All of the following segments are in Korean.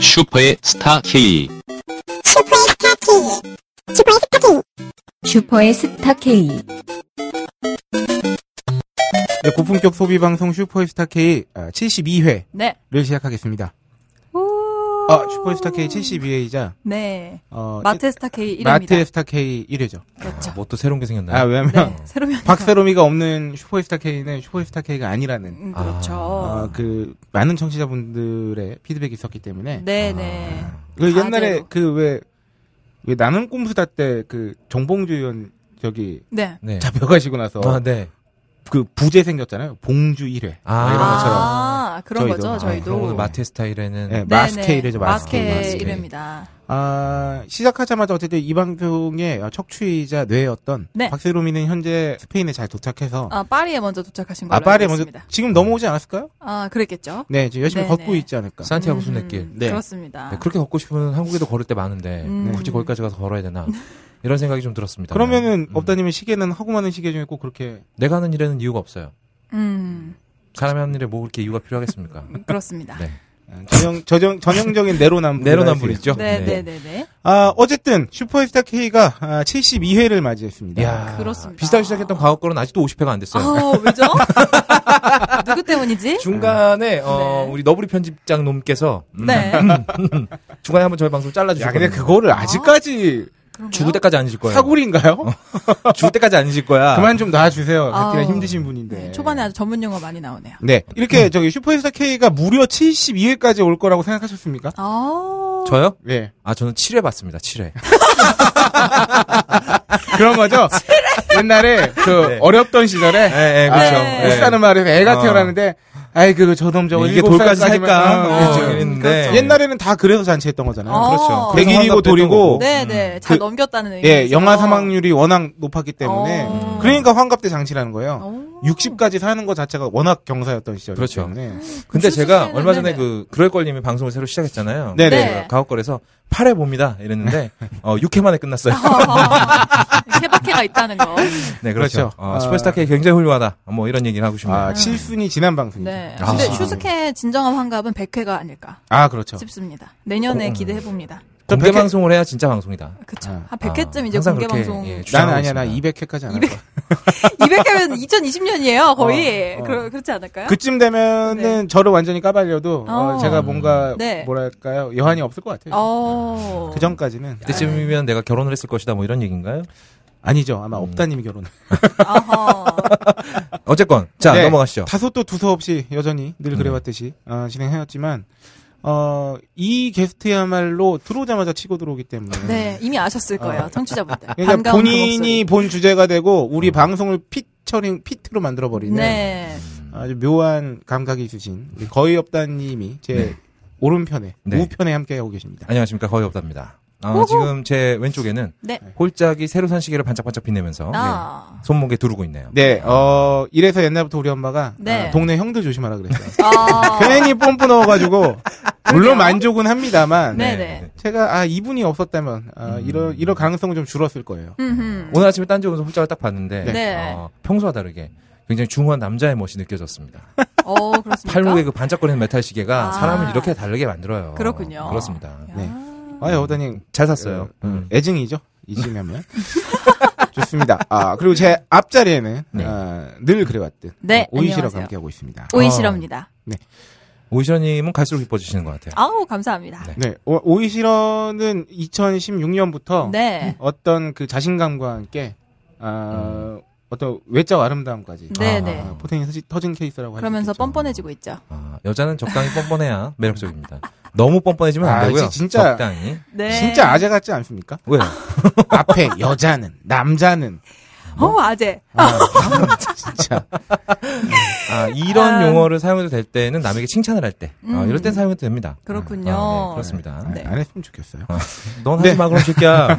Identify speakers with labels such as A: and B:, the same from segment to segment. A: 슈퍼의 스타 K.
B: 슈퍼의 스타 K 슈퍼의 스타 K
C: 슈퍼의 스타 K.
D: 네, 고품격 소비 방송 슈퍼스타 K 72회를
E: 네.
D: 시작하겠습니다.
E: 오.
D: 아, 슈퍼스타 K 72회이자
E: 네.
D: 어,
E: 마테스타 K 1회입니다. 네,
D: 마트스타 K 1회죠.
E: 그렇죠.
F: 뭐 또 새로운 게 생겼나요?
D: 아, 왜냐면
E: 네. 새로 면
D: 박세롬이가 없는 슈퍼스타 K는 슈퍼스타 K가 아니라는
E: 음, 그렇죠.
D: 어, 그 많은 청취자분들의 피드백이 있었기 때문에
E: 네, 네.
D: 그 옛날에
E: 다들-
D: 그 왜 왜 나는 꼼수다 때 그 정봉주 의원 저기
E: 네.
F: 네.
D: 잡혀가시고 나서
F: 아, 네.
D: 그 부재 생겼잖아요. 봉주 1회.
F: 아,
D: 이런 것처럼.
E: 아, 그런
D: 저희도.
E: 거죠,
D: 아,
F: 그런
E: 저희도.
F: 오늘 마테 스타일에는
D: 네,
E: 네,
D: 마스케일이죠,
E: 네.
D: 마스케일.
E: 마스케
F: 마스케일.
E: 1회입니다.
D: 아, 시작하자마자 어쨌든 이 방송의 척추이자 뇌였던
E: 네.
D: 박세롬이는 현재 스페인에 잘 도착해서
E: 아, 파리에 먼저 도착하신
D: 어.
E: 걸로
D: 아, 파리에
E: 알고
D: 먼저
E: 있습니다.
D: 지금 넘어오지 않았을까요?
E: 아, 그랬겠죠.
D: 네, 지금 열심히
E: 네,
D: 걷고
E: 네.
D: 있지 않을까.
F: 산티아고
E: 음,
F: 순례길.
D: 네.
E: 그렇습니다.
F: 네, 그렇게 걷고 싶으면 한국에도 걸을 때 많은데
E: 음.
F: 굳이 거기까지 가서 걸어야 되나 이런 생각이 좀 들었습니다.
D: 그러면은
F: 음.
D: 업다님의 시계는 하고 많은 시계 중에 꼭 그렇게
F: 내가 하는 일에는 이유가 없어요.
E: 음.
F: 사람이 하는 일에 뭐 그렇게 이유가 필요하겠습니까?
E: 그렇습니다.
F: 네.
D: 아, 전형 전형 전형적인 내로남불
F: 내로남불이죠.
E: 네, 네, 네, 네.
D: 아 어쨌든 슈퍼스타 K가 72회를 맞이했습니다.
F: 야,
E: 그렇습니다.
F: 비슷하게 시작했던 과거 거는 아직도 50회가 안 됐어요.
E: 아, 왜죠? 누구
D: 네?
E: 때문이지?
F: 중간에
D: 음.
F: 어,
E: 네.
F: 우리 너브리 편집장 놈께서 음,
E: 네.
F: 중간에 한번 저희 방송
D: 야
F: 잘라주셨거든요.
D: 근데 그거를 아직까지
E: 그런가요?
F: 죽을 때까지 안 잊을 거예요.
D: 사골인가요?
F: 어. 죽을 때까지 안 잊을 거야.
D: 그만 좀 놔주세요. 가뜩이나
E: 아우.
D: 힘드신 분인데.
E: 네, 초반에 아주 전문 용어 많이 나오네요.
D: 네
F: 음.
D: 이렇게 저기 슈퍼스타 K가 무려 72회까지 올 거라고 생각하셨습니까?
E: 아.
F: 저요?
D: 네
F: 아 저는 7회 봤습니다. 7회.
D: 그런 거죠. 옛날에 그
F: 네.
D: 어렵던 시절에 아,
F: 네, 그렇죠.
D: 못
E: 네.
D: 사는 마을에서 애가
F: 어.
D: 태어나는데 아이 그 저놈 저거
F: 이게
D: 일곱
F: 돌까지
D: 살까지만-
F: 살까?
D: 어,
F: 어,
D: 그렇죠.
F: 이랬는데
E: 그렇죠.
D: 옛날에는 다 그래서 잔치했던 거잖아요.
E: 어.
F: 그렇죠.
D: 백일이고
F: 그래서 한답
D: 돌이고
F: 뺐던 거고.
E: 네, 네. 잘
D: 그-
E: 넘겼다는 의미.
D: 예, 영아 사망률이 워낙 높았기 때문에
E: 어.
D: 그러니까 환갑대 장치라는 거예요.
E: 오.
D: 60까지 사는 거 자체가 워낙 경사였던 시절이기
F: 어. 그렇죠.
D: 때문에
F: 근데
E: 무슨
F: 제가
E: 소리는-
F: 얼마 전에
E: 네네.
F: 그 그럴 걸님이 방송을 새로 시작했잖아요.
D: 네네.
E: 네.
F: 가옥걸에서 8회 봅니다. 이랬는데 어 6회 만에
E: 아,
F: 끝났어요.
E: 케바케가 있다는 거.
F: 네, 그렇죠.
D: 그렇죠.
F: 어,
D: 아.
F: 슈퍼스타 K 굉장히 훌륭하다. 뭐 이런 얘기를 하고 싶네요.
D: 아, 실순이 지난 방송이죠.
E: 네.
F: 아.
E: 근데 슈스케 진정한 환갑은 100회가 아닐까
D: 아, 그렇죠.
E: 싶습니다. 내년에 기대해 봅니다.
F: 공개
D: 백회-
F: 방송을 해야 진짜 방송이다.
E: 그쵸.
D: 어, 음. 아.
E: 한 100회쯤
F: 아,
E: 이제
F: 항상
E: 공개
F: 그렇게,
E: 방송.
F: 예,
D: 나는
F: 주장하고
D: 아니야. 나
F: 있습니다.
D: 200회까지 안 할 거야.
E: 200회면 2020년이에요, 거의.
D: 예, 어, 어.
E: 그러, 그렇지 않을까요?
D: 그쯤 되면은
E: 네.
D: 저를 완전히 까발려도 어,
E: 어.
D: 제가 뭔가
E: 네.
D: 뭐랄까요? 여한이 없을 것 같아요.
E: 어.
D: 그 전까지는
F: 그때쯤이면 내가 결혼을 했을 것이다. 뭐 이런 얘기인가요?
D: 아니죠. 아마
F: 음.
D: 업다님이 결혼.
E: 아하.
F: 어쨌건 자
D: 네,
F: 넘어가시죠.
D: 다소 또 두서없이 여전히 늘
F: 음.
D: 그래왔듯이 어, 진행하였지만 어, 이 게스트야말로 들어오자마자 치고 들어오기 때문에
E: 네, 이미 아셨을 거예요,
D: 어.
E: 청취자분들.
D: 그러니까
E: 반가운 그
D: 본인이
E: 목소리.
D: 본 주제가 되고
F: 음.
D: 우리 방송을 피처링 피트로 만들어 버리는
E: 네.
D: 아주 묘한 감각이 있으신 우리 거의 없다님이 제 오른편에
F: 네.
D: 우편에 함께 하고 계십니다.
F: 안녕하십니까 거의 없답니다. 어, 지금 제 왼쪽에는
E: 네.
F: 홀짝이 새로 산 시계를 반짝반짝 빛내면서
E: 아.
F: 네, 손목에 두르고 있네요.
D: 네, 어 이래서 옛날부터 우리 엄마가
E: 네.
D: 아, 동네 형들 조심하라 그랬어요.
E: 아.
D: 괜히 뽐뿌 넣어가지고 물론 만족은 합니다만
E: 네네.
D: 제가 아 이분이 없었다면 아,
F: 음.
D: 이럴 이럴 가능성은 좀 줄었을 거예요.
E: 음흠.
F: 오늘 아침에 딴지 오면서 홀짝을 딱 봤는데
E: 네.
F: 어, 평소와 다르게 굉장히 중후한 남자의 멋이 느껴졌습니다.
E: 어, 그렇습니까?
F: 팔목에 그 반짝거리는 메탈 시계가
E: 아.
F: 사람을 이렇게 다르게 만들어요.
E: 그렇군요.
F: 그렇습니다.
E: 야.
D: 네. 아 여우다님
F: 잘 샀어요.
D: 네.
F: 음.
D: 애증이죠 이심하면 좋습니다. 아 그리고 제 앞자리에는
F: 네.
D: 아, 늘 그래왔듯 어,
E: 네,
D: 오이시라고
E: 안녕하세요.
D: 함께하고 있습니다.
E: 오이시럽니다.
F: 오이션님은 갈수록 이뻐지시는 것 같아요.
E: 아우, 감사합니다.
F: 네.
D: 네, 오, 이시러는 2016년부터
E: 네.
D: 어떤 그 자신감과 함께 아, 어떤 외적 아름다움까지
E: 음. 네,
F: 아.
E: 네.
D: 아, 포텐이 터지- 터진 케이스라고
E: 그러면서
D: 뻔
E: 뻔뻔해지고 있죠.
F: 아, 여자는 적당히 뻔뻔해야 매력적입니다. 너무 뻔뻔해지면 안
D: 아,
F: 되고요.
D: 지- 진짜.
F: 적당히.
E: 네.
D: 진짜 아재 같지 않습니까?
F: 왜?
D: 앞에 여자는 남자는
E: 어, 아재.
D: 아, 진짜
F: 아, 이런
E: 아.
F: 용어를 사용해도 될 때는 남에게 칭찬을 할 때. 아,
E: 음.
F: 이럴 땐 사용해도 됩니다.
E: 그렇군요.
F: 아, 네, 그렇습니다.
E: 네.
D: 아, 안 했으면 좋겠어요.
F: 넌 하지
D: 네.
F: 마, 그럼 새끼야.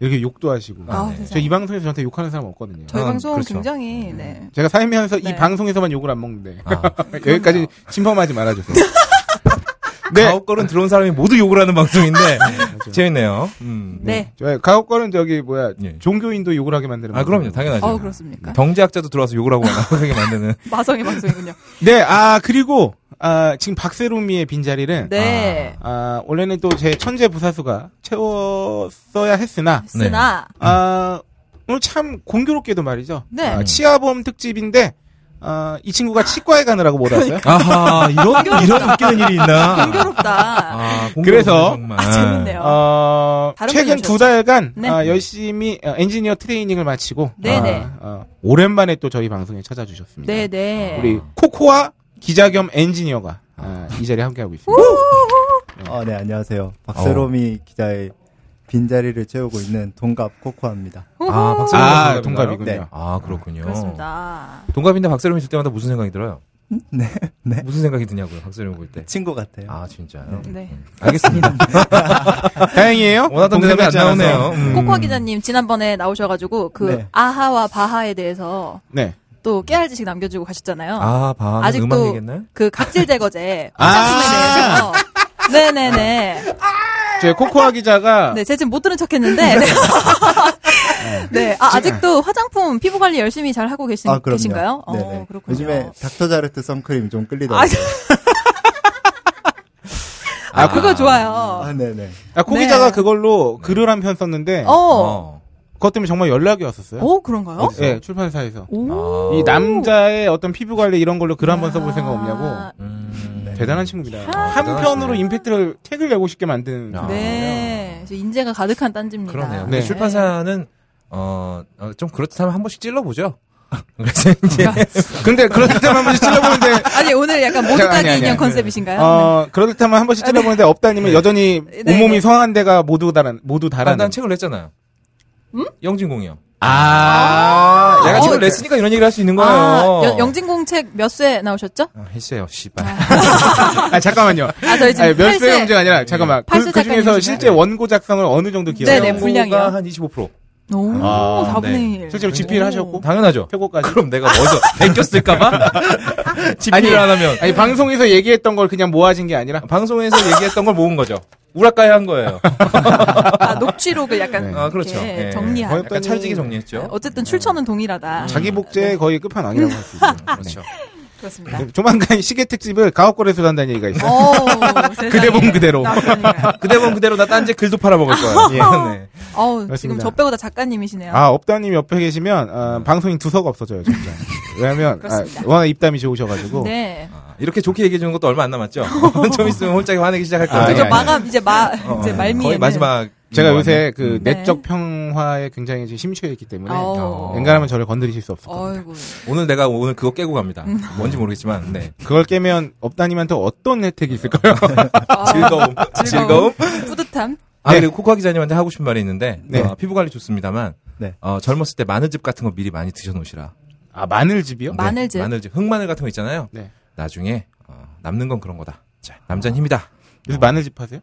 D: 이렇게 욕도 하시고
E: 아,
F: 네.
E: 세상에.
D: 저 이 방송에서 저한테 욕하는 사람 없거든요.
E: 저희
F: 아,
E: 방송
F: 그렇죠.
E: 굉장히, 네.
D: 제가 살면서 이
E: 네.
D: 방송에서만 욕을 안 먹는데
F: 아,
D: 여기까지 침범하지 말아주세요. 네,
F: 가옥걸은 들어온 사람이 모두 욕을 하는 방송인데, 재밌네요. 음.
E: 네.
D: 저 가옥걸은 저기 뭐야
F: 예.
D: 종교인도 욕을 하게 만드는.
F: 아, 그럼요.
D: 방송이에요.
F: 당연하죠.
E: 어, 그렇습니까? 네.
F: 경제학자도 들어와서 욕을 하고 나하게 만드는.
E: 마성의 방송이군요.
D: 네, 아 그리고 아, 지금 박세롬이의 빈자리는
E: 네.
D: 아, 원래는 또 제 천재 부사수가 채웠어야 했으나
E: 쓰나
D: 아, 오늘 참 공교롭게도 말이죠.
E: 네.
D: 아, 치아보험 특집인데 아, 이 친구가 치과에 가느라고 못 왔어요.
F: 아하, 이런, 이런 웃기는 일이 있나?
E: 공교롭다.
F: 아, 공교롭네,
D: 그래서-
F: 정말.
E: 아, 재밌네요.
D: 어,
E: 다른
D: 최근
E: 분이셨죠?
D: 두 달간
E: 네.
D: 아, 열심히 어, 엔지니어 트레이닝을 마치고
E: 네네.
D: 아, 어, 오랜만에 또 저희 방송에 찾아주셨습니다.
E: 네네.
D: 우리 코코와 기자 겸 엔지니어가 아, 이 자리에 함께하고 있습니다.
A: 어, 네, 안녕하세요. 박세롬이
F: 어.
A: 기자의 빈자리를 채우고 있는 동갑 코코아입니다.
F: 아, 박세롬
D: 아,
F: 아,
D: 동갑이군요.
A: 네.
F: 아, 그렇군요.
E: 그렇습니다.
F: 동갑인데 박세롬이 있을 때마다 무슨 생각이 들어요?
D: 음?
A: 네, 네.
F: 무슨 생각이 드냐고요, 박세롬 볼 때.
A: 친구 같아요.
F: 아, 진짜요?
E: 네.
F: 음, 알겠습니다.
D: 다행이에요.
F: 네. 원하던
D: 동생이
F: 대답이 안
D: 있지 않아서.
F: 나오네요. 음.
E: 코코아 기자님 지난번에 나오셔가지고 그
A: 네.
E: 아하와 바하에 대해서
D: 네.
E: 또 깨알 지식 남겨주고 가셨잖아요.
F: 아, 밤.
E: 아직도-
F: 음악 얘기했나요?
E: 그 각질 제거제
D: 아.
E: 화장품에 대해서. 네네네.
D: 저희 코코아 기자가
E: 네, 제가 지금 못 들은 척했는데. 네, 아, 직도 화장품 피부 관리 열심히 잘 하고 계신,
A: 아, 그럼요.
E: 계신가요? 어,
A: 네네.
E: 그렇군요.
A: 요즘에 닥터 자르트 선크림 좀
E: 아,
A: 끌리더라고요.
E: 아, 그거 좋아요.
A: 아, 네네.
D: 아, 코
E: 네.
D: 기자가 그걸로 글을 한 편 썼는데
E: 어,
F: 어.
D: 그것 때문에 정말 연락이 네. 왔었어요.
E: 어, 그런가요?
F: 어디서?
D: 네, 출판사에서.
E: 오,
F: 아.
D: 이 남자의 어떤 피부 관리 이런 걸로 글 한번 써볼 생각
E: 아.
D: 없냐고.
F: 음.
D: 대단한 친구입니다.
F: 아,
D: 한편으로
F: 대단하시네.
D: 임팩트를 택을 내고 싶게 만든.
F: 야.
E: 네. 그래서 인재가 가득한 딴지입니다.
F: 그러네요.
D: 네.
F: 출판사는 어, 어, 좀 그렇다면 한 번씩 찔러보죠. 그래서
D: 아,
F: 이제
D: 근데 그럴 때만 한 번씩 찔러보는데,
E: 아니, 오늘 약간 모두
D: 제가- 아니,
E: 따기
D: 아니,
E: 인형
D: 아니.
E: 컨셉이신가요?
D: 어, 그럴 때만 한 번씩 찔러보는데 없다니면 여전히
E: 네,
D: 온몸이
E: 네.
D: 성한 데가 모두 다른, 모두 다른.
F: 아, 난 책을 냈잖아요. 영진공이요.
D: 아,
F: 내가
E: 음? 어,
F: 책을 냈으니까 이런 얘기를 할 수 있는 거예요.
E: 아, 여- 영진공 책 몇 쇄 나오셨죠?
F: 아, 했어요, 씨발.
D: 아, 잠깐만요.
E: 아, 저희 지금
D: 아니, 몇
E: 팔 쇄-
D: 수의 문제가 아니라, 잠깐만. 그,
E: 팔수
D: 그 중에서
E: 작가님이신가요?
D: 실제 원고 작성을 어느 정도 기억해요?
E: 네네,
F: 영고가
E: 분량이요?
F: 한 25%.
E: 오,
F: 아,
E: 4분의
F: 네.
E: 1.
D: 실제로 집필 하셨고,
F: 당연하죠.
D: 표고까지.
F: 그럼 내가 어디서 베꼈을까봐? 집필을 안 하면.
D: 아니, 방송에서 얘기했던 걸 그냥 모아진 게 아니라,
F: 방송에서 얘기했던 걸 모은 거죠. 우라카이 한 거예요.
E: 아, 녹취록을 약간.
D: 네.
F: 아, 그렇죠.
E: 이렇게
F: 예.
E: 정리한.
F: 약간 찰지게 정리했죠.
E: 어쨌든 출처는 동일하다.
D: 자기
E: 네.
D: 복제 거의 끝판왕이라고 할 수 있죠.
F: 그렇죠.
E: 그렇습니다.
D: 네. 조만간 시계 특집을 가옥거래소 한다는 얘기가 있어요.
E: 오,
D: 그대본 그대로.
E: 아,
F: 그대본 그대로 나 딴지 글도 팔아먹을 거야. 예, 네.
E: 어, 지금
D: 그렇습니다.
E: 저 빼고 다 작가님이시네요.
D: 아, 업다님 옆에 계시면, 아, 방송인 두서가 없어져요, 진짜. 왜냐면, 아,
E: 그렇습니다.
D: 워낙 입담이 좋으셔가지고.
E: 네.
F: 아, 이렇게 좋게 얘기해 주는 것도 얼마 안 남았죠. 좀 있으면 홀짝이 화내기 시작할 거예요. 어, 예,
D: 아,
E: 그죠
D: 아니, 아니.
E: 마감 이제 마 이제 말미에
F: 거의 마지막.
D: 제가 요새 그
E: 네.
D: 내적 평화에 굉장히 지금 심취해 있기 때문에,
E: 어.
D: 엔간하면 저를 건드리실 수 없을 겁니다.
E: 어이구.
F: 오늘 내가 오늘 그거 깨고 갑니다.
E: 음.
F: 뭔지 모르겠지만, 네.
D: 그걸 깨면 업다님한테 어떤 혜택이 있을까요?
E: 아,
F: 즐거움. 즐거움.
E: 뿌듯함.
F: 아,
D: 네.
F: 그리고 코코아 기자님한테 하고 싶은 말이 있는데,
D: 네.
F: 어, 피부 관리 좋습니다만,
A: 네.
F: 어, 젊었을 때 마늘즙 같은 거 미리 많이 드셔놓으시라. 네.
D: 아, 마늘집이요?
E: 마- 마늘즙?
F: 마늘즙. 흑마늘 같은 거 있잖아요.
D: 네.
F: 나중에, 어, 남는 건 그런 거다. 자, 남자는 힘이다.
D: 요새 마늘집 하세요?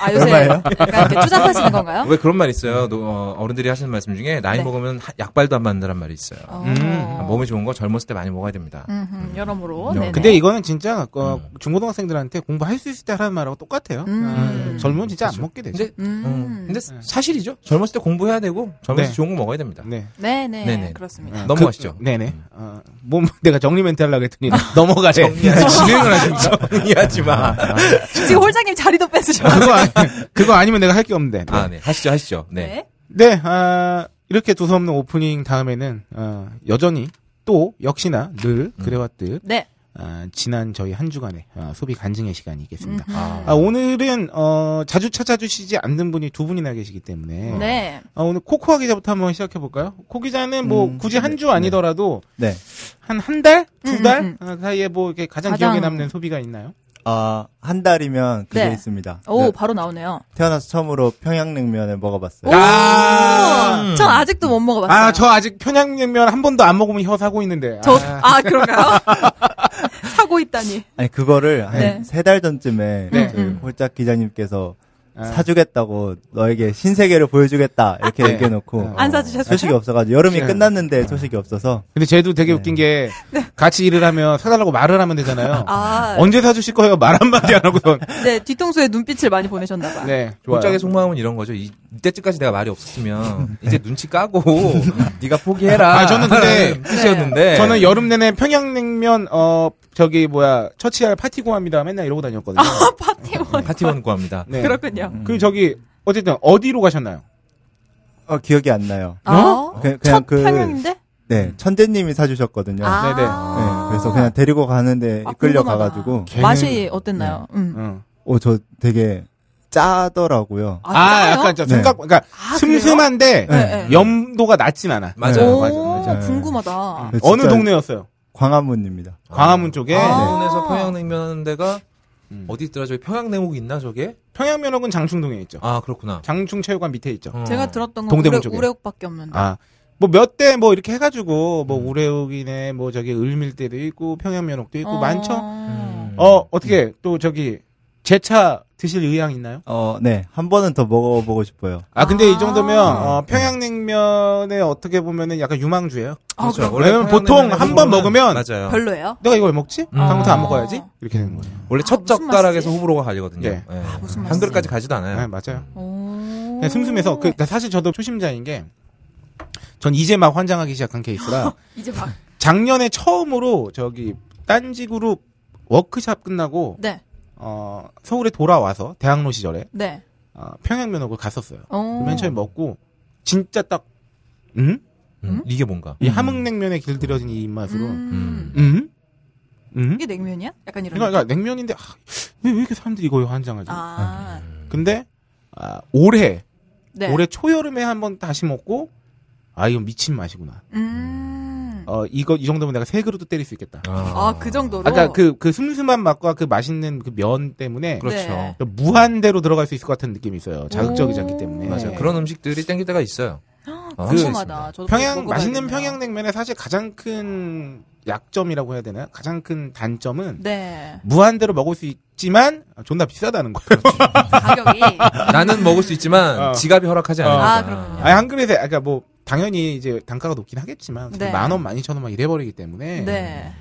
E: 아 요새
A: 얼마예요?
E: 약간 이렇게 투잡하시는 건가요?
F: 왜 그런 말 있어요? 노- 어, 어른들이 하시는 말씀 중에, 나이
E: 네.
F: 먹으면 하- 약발도 안 맞는다는 말이 있어요.
E: 어.
D: 음.
F: 아, 몸에 좋은 거 젊었을 때 많이 먹어야 됩니다.
E: 음흠, 여러모로.
F: 여-
E: 네네.
D: 근데 이거는 진짜 어,
F: 음.
D: 중고등학생들한테 공부할 수 있을 때 하라는 말하고 똑같아요.
E: 음.
D: 아, 젊으면 진짜 안 먹게 되죠.
F: 근데,
E: 음.
F: 음, 근데 사실이죠. 젊었을 때 공부해야 되고, 젊었을 때
D: 네.
F: 좋은 거 먹어야 됩니다.
D: 네.
E: 네네.
F: 네네. 음.
E: 그렇습니다.
D: 어,
F: 넘어가시죠.
D: 그- 네네. 어, 몸 내가 정리 멘트 하려고 했더니 넘어가래.
F: 진행을 하지 마. 정리하지 마.
E: 지금 홀장님 자리도 뺏으셨어요.
D: 그거 아니, 그거 아니면 내가 할 게 없는데. 네.
F: 아, 네. 하시죠, 하시죠. 네.
E: 네.
D: 네, 아, 이렇게 두서없는 오프닝 다음에는 어, 여전히 또 역시나 늘 그래왔듯
E: 네.
D: 아, 지난 저희 한 주간의 아, 소비 간증의 시간이 있겠습니다.
E: 음.
F: 아,
D: 아, 오늘은 어, 자주 찾아주시지 않는 분이 두 분이나 계시기 때문에
E: 네.
D: 아, 오늘 코코아 기자부터 한번 시작해 볼까요? 코 기자는 뭐
A: 음,
D: 굳이 한 주 아니더라도
A: 네.
D: 한 한 달,
E: 음,
D: 두 달
E: 음,
D: 아, 사이에 뭐 이렇게 가장,
E: 가장-
D: 기억에 남는 소비가 있나요?
A: 아, 한 달이면 그게
E: 네.
A: 있습니다.
E: 오
A: 네.
E: 바로 나오네요.
A: 태어나서 처음으로 평양냉면을 먹어봤어요.
E: 오. 전 아직도 못
D: 음.
E: 먹어봤어요.
D: 아, 저 아직 평양냉면 한 번도 안 먹으면 혀 사고 있는데.
E: 저,
D: 아,
E: 아, 그런가요? 사고 있다니.
A: 아니, 그거를 한
E: 네.
A: 세 달 전쯤에
D: 네.
A: 저희 홀짝 기자님께서
D: 아.
A: 사주겠다고 너에게 신세계를 보여주겠다 이렇게
D: 네.
A: 얘기해놓고
E: 안 사주셨어요?
A: 소식이 없어가지고 여름이
D: 네.
A: 끝났는데 소식이 없어서
D: 근데 쟤도 되게
A: 네.
D: 웃긴 게 같이 일을 하면 사달라고 말을 하면 되잖아요.
E: 네. 아,
D: 언제 사주실 거예요? 말 한마디 안 하고선.
E: 이제 뒤통수에 눈빛을 많이 보내셨나봐.
D: 네, 좋아요.
F: 홀짝의 속마음은 이런 거죠. 이 이때쯤까지 내가 말이 없었으면 이제 눈치 까고 네가 포기해라.
D: 아, 저는 근데
F: 라는 뜻이었는데
A: 네.
D: 저는 여름 내내 평양냉면 어 저기 뭐야 처치할 파티고합니다 맨날 이러고 다녔거든요.
E: 파티원.
F: 파티원 구합니다.
D: 네.
E: 아, 그렇군요.
D: 그 저기 어쨌든 어디로 가셨나요?
A: 어, 기억이 안 나요.
E: 아,
D: 어?
A: 그-
E: 첫
A: 그냥 그-
E: 평양인데?
A: 네, 천재님이 사주셨거든요.
E: 음. 아.
D: 네네.
A: 네, 그래서 그냥 데리고 가는데
E: 아,
A: 이끌려
E: 궁금하다.
A: 가가지고,
D: 걔는- 네.
E: 맛이 어땠나요? 음.
D: 응.
A: 어, 저 되게 짜더라고요.
E: 아, 짜요?
D: 약간 저
A: 네.
D: 생각 그러니까
E: 아, 그래요?
D: 슴슴한데
E: 네, 네.
D: 염도가 낮진 않아. 음.
F: 맞아요,
E: 오,
F: 맞아요. 맞아요.
E: 궁금하다.
A: 네,
D: 어느
A: 진짜
D: 동네였어요?
A: 광화문입니다.
D: 광화문 쪽에
E: 아.
F: 강원에서 평양냉면 데가
D: 음.
F: 어디 있더라? 저기 평양냉국 있나 저게?
D: 평양면허군 장충동에 있죠.
F: 아 그렇구나.
D: 장충체육관 밑에 있죠.
F: 어.
E: 제가 들었던 건
D: 동대문
E: 우레,
D: 쪽에.
E: 우레옥밖에 없는데.
D: 아. 뭐 몇 대 뭐 이렇게 해가지고 뭐
F: 음.
D: 우레옥이네 뭐 저기 을밀대도 있고 평양면옥도 있고
E: 어.
D: 많죠.
F: 음.
D: 어 어떻게 또 저기 제 차 드실 의향 있나요?
A: 어, 네, 한 번은 더 먹어보고 싶어요.
D: 아 근데
E: 아.
D: 이 정도면 어, 평양냉면에 어떻게 보면은 약간 유망주예요.
E: 아,
F: 그렇죠.
E: 그럼
F: 원래
D: 왜냐면 보통
F: 평양냉면은
D: 한번
F: 먹으면-
D: 먹으면
F: 맞아요.
E: 별로예요?
D: 내가 이걸 왜 먹지?
F: 음.
D: 다음부터 안
E: 아.
D: 먹어야지. 이렇게 되는 거예요.
F: 원래
E: 아,
F: 첫
E: 무슨
F: 젓가락에서
E: 맛이지?
F: 호불호가 갈리거든요.
D: 네.
F: 예.
E: 아, 무슨
F: 한
E: 맛이지?
F: 그릇까지 가지도
D: 네,
F: 않아요.
D: 맞아요.
E: 오.
D: 그냥 슴슴해서 그 사실 저도 초심자인 게 전 이제 막 환장하기 시작한 케이스라
E: 이제 막.
D: 작년에 처음으로 저기 딴지 그룹 워크샵 끝나고
E: 네,
D: 어, 서울에 돌아와서 대학로 시절에
E: 네.
D: 어, 평양면옥을 갔었어요. 그
E: 오.
D: 맨 처음에 먹고 진짜 딱 음?
F: 음, 이게 뭔가?
E: 예.
D: 이 함흥냉면에 길들여진 이 입맛으로 음?
E: 음.
D: 음? 음?
E: 이게 냉면이야? 약간 이런.
D: 그러니까, 그러니까 냉면인데 아, 왜, 왜 이렇게 사람들이 이거 환장하지?
E: 아,
D: 근데 아, 올해
E: 네.
D: 음. 올해 초여름에 한번 다시 먹고 아 이건 미친 맛이구나.
E: 음.
D: 어 이거 이 정도면 내가 세 그릇도 때릴 수 있겠다.
E: 아, 그 정도로.
D: 아까 그 그 슴슴한 맛과 그 맛있는 그 면 때문에
F: 그렇죠.
E: 네.
D: 무한대로 들어갈 수 있을 것 같은 느낌이 있어요. 자극적이지
E: 오.
D: 않기 때문에.
F: 맞아요.
E: 네.
F: 그런 음식들이 땡길 때가 있어요.
E: 아,
F: 어,
E: 궁금하다.
D: 그
E: 저도
D: 평양
E: 먹어봐야겠네요.
D: 맛있는 평양냉면의 사실 가장 큰 약점이라고 해야 되나? 요 가장 큰 단점은
E: 네.
D: 무한대로 먹을 수 있지만 아, 존나 비싸다는 거예요.
E: 가격이.
F: 나는 먹을 수 있지만
D: 어.
F: 지갑이 허락하지 않으니까.
E: 아, 그렇군요.
D: 아니 한 그릇에 아까 뭐 당연히 이제 단가가 높긴 하겠지만
E: 네.
D: 만 원, 만 이천 원 막 이래버리기 때문에 어,
E: 네.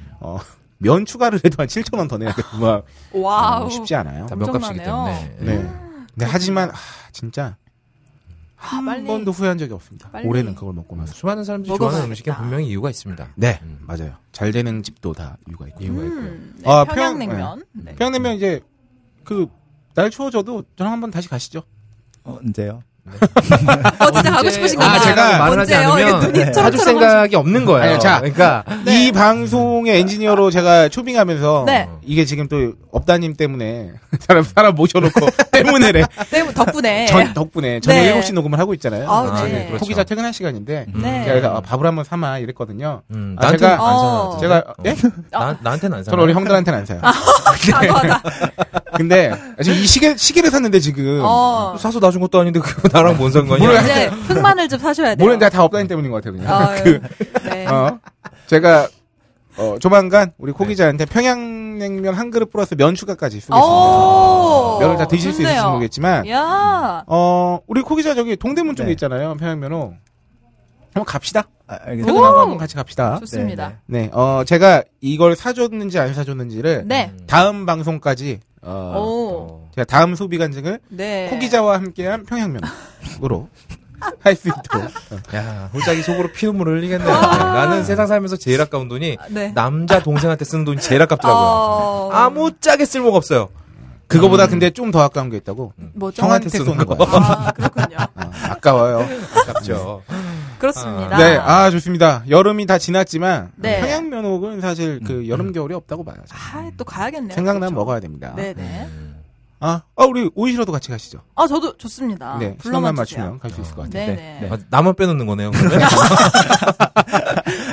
D: 면 추가를 해도 한 7천 원 더 내야 되고 막
E: 와우.
D: 어, 쉽지 않아요.
F: 다 몇값이기
E: 엄청나네요.
F: 때문에.
D: 네. 근데 하지만 아, 진짜 한
E: 아, 빨리.
D: 번도 후회한 적이 없습니다.
E: 빨리.
D: 올해는 그걸 먹고 나서.
F: 수많은 사람들이
E: 먹어봐야겠다.
F: 좋아하는 음식에 분명히 이유가 있습니다.
D: 네,
F: 음.
D: 맞아요. 잘 되는 집도 다 이유가 있고. 요
E: 음. 네,
D: 아, 평양-
E: 평양냉면. 네.
D: 평양냉면 이제 그 날 추워져도 저랑 한번 다시 가시죠.
A: 어, 언제요?
E: 어, 진짜 가고 싶으신 거예요?
D: 아, 제가
F: 말을 하지
E: 언제요? 이게
F: 않으면
E: 눈이
A: 네.
F: 네.
E: 초록초록
F: 사줄 생각이 없는 거예요.
D: 아니요, 자.
F: 그러니까
D: 이 방송의 엔지니어로 제가 초빙하면서
E: 네.
D: 이게 지금 또 업다님 때문에 사람 사람 모셔놓고 때문에래 네.
E: 때문에 네, 덕분에.
D: 전 덕분에 저는
E: 네.
D: 7시 녹음을 하고 있잖아요.
E: 아,
F: 아,
E: 네.
F: 네, 그렇죠.
D: 포기자 퇴근할 시간인데
E: 네.
D: 제가 아, 밥을 한번 삼아 이랬거든요.
F: 음,
D: 아,
F: 나한테는
D: 제가-
F: 안
E: 어.
F: 사요.
D: 제가 예?
F: 나, 나한테는 안 사요.
D: 저는 우리 형들한테는 안 사요.
E: 아. 사과하다.
D: 근데 지금 이 시계 시계를 샀는데 지금
E: 어.
D: 음.
F: 사서 놔준 것도 아닌데 그거 나랑 뭔 상관이야?
D: 몰라요.
E: 이제 흑마늘 좀 사셔야 돼요.
D: 모르는 데다 업다님 때문인 것 같아요 그냥.
E: 아유,
D: 그,
E: 네.
D: 어, 제가 어, 조만간 우리 코기자한테 평양냉면 한 그릇 플러스 면 추가까지 쓰겠습니다.
E: 오.
D: 면을 다 드실 수
E: 어, 좋네요. 예.
D: 있을지 모르겠지만
E: 야.
D: 어 우리 코기자 저기 동대문 쪽에
A: 네.
D: 있잖아요 평양면호 한번 갑시다.
A: 아, 알겠습니다.
E: 어?
D: 퇴근하고 한번 같이 갑시다.
E: 좋습니다.
D: 네, 어 제가 이걸 사줬는지 안 사줬는지를
E: 네.
D: 다음 방송까지 어,
E: 오.
F: 어.
D: 제가 다음 소비 간증을
E: 네.
D: 코기자와 함께한 평양면으로 할 수 있도록.
F: 야, 호작이 속으로 피눈물을 흘리겠네. 요 나는 세상 살면서 제일 아까운 돈이
E: 아. 네.
F: 남자 동생한테 쓰는 돈이 제일 아깝더라고요.
E: 어.
F: 아무짝에 쓸모가 없어요.
D: 그거보다
E: 음.
D: 근데 좀 더 아까운 게 있다고.
E: 뭐죠?
D: 형한테
F: 쓰는
D: 쏘는
F: 거.
D: 거야. 어,
E: 아, 그렇군요.
D: 아, 아까워요.
F: 아깝죠.
E: 그렇습니다.
D: 네, 아 좋습니다. 여름이 다 지났지만
E: 네.
D: 평양면옥은 사실
F: 음.
D: 그 여름 겨울이 없다고 봐야죠.
E: 아, 또 가야겠네요.
D: 생각나면
E: 그렇죠?
D: 먹어야 됩니다.
E: 네네.
D: 아, 아, 우리 오이시라도 같이 가시죠.
E: 아, 저도 좋습니다.
D: 네, 시간만
E: 불러만 주세요.
D: 맞추면 갈 수 있을 것 같아요.
E: 네네.
A: 네.
F: 아, 나만 빼놓는 거네요. 그러면.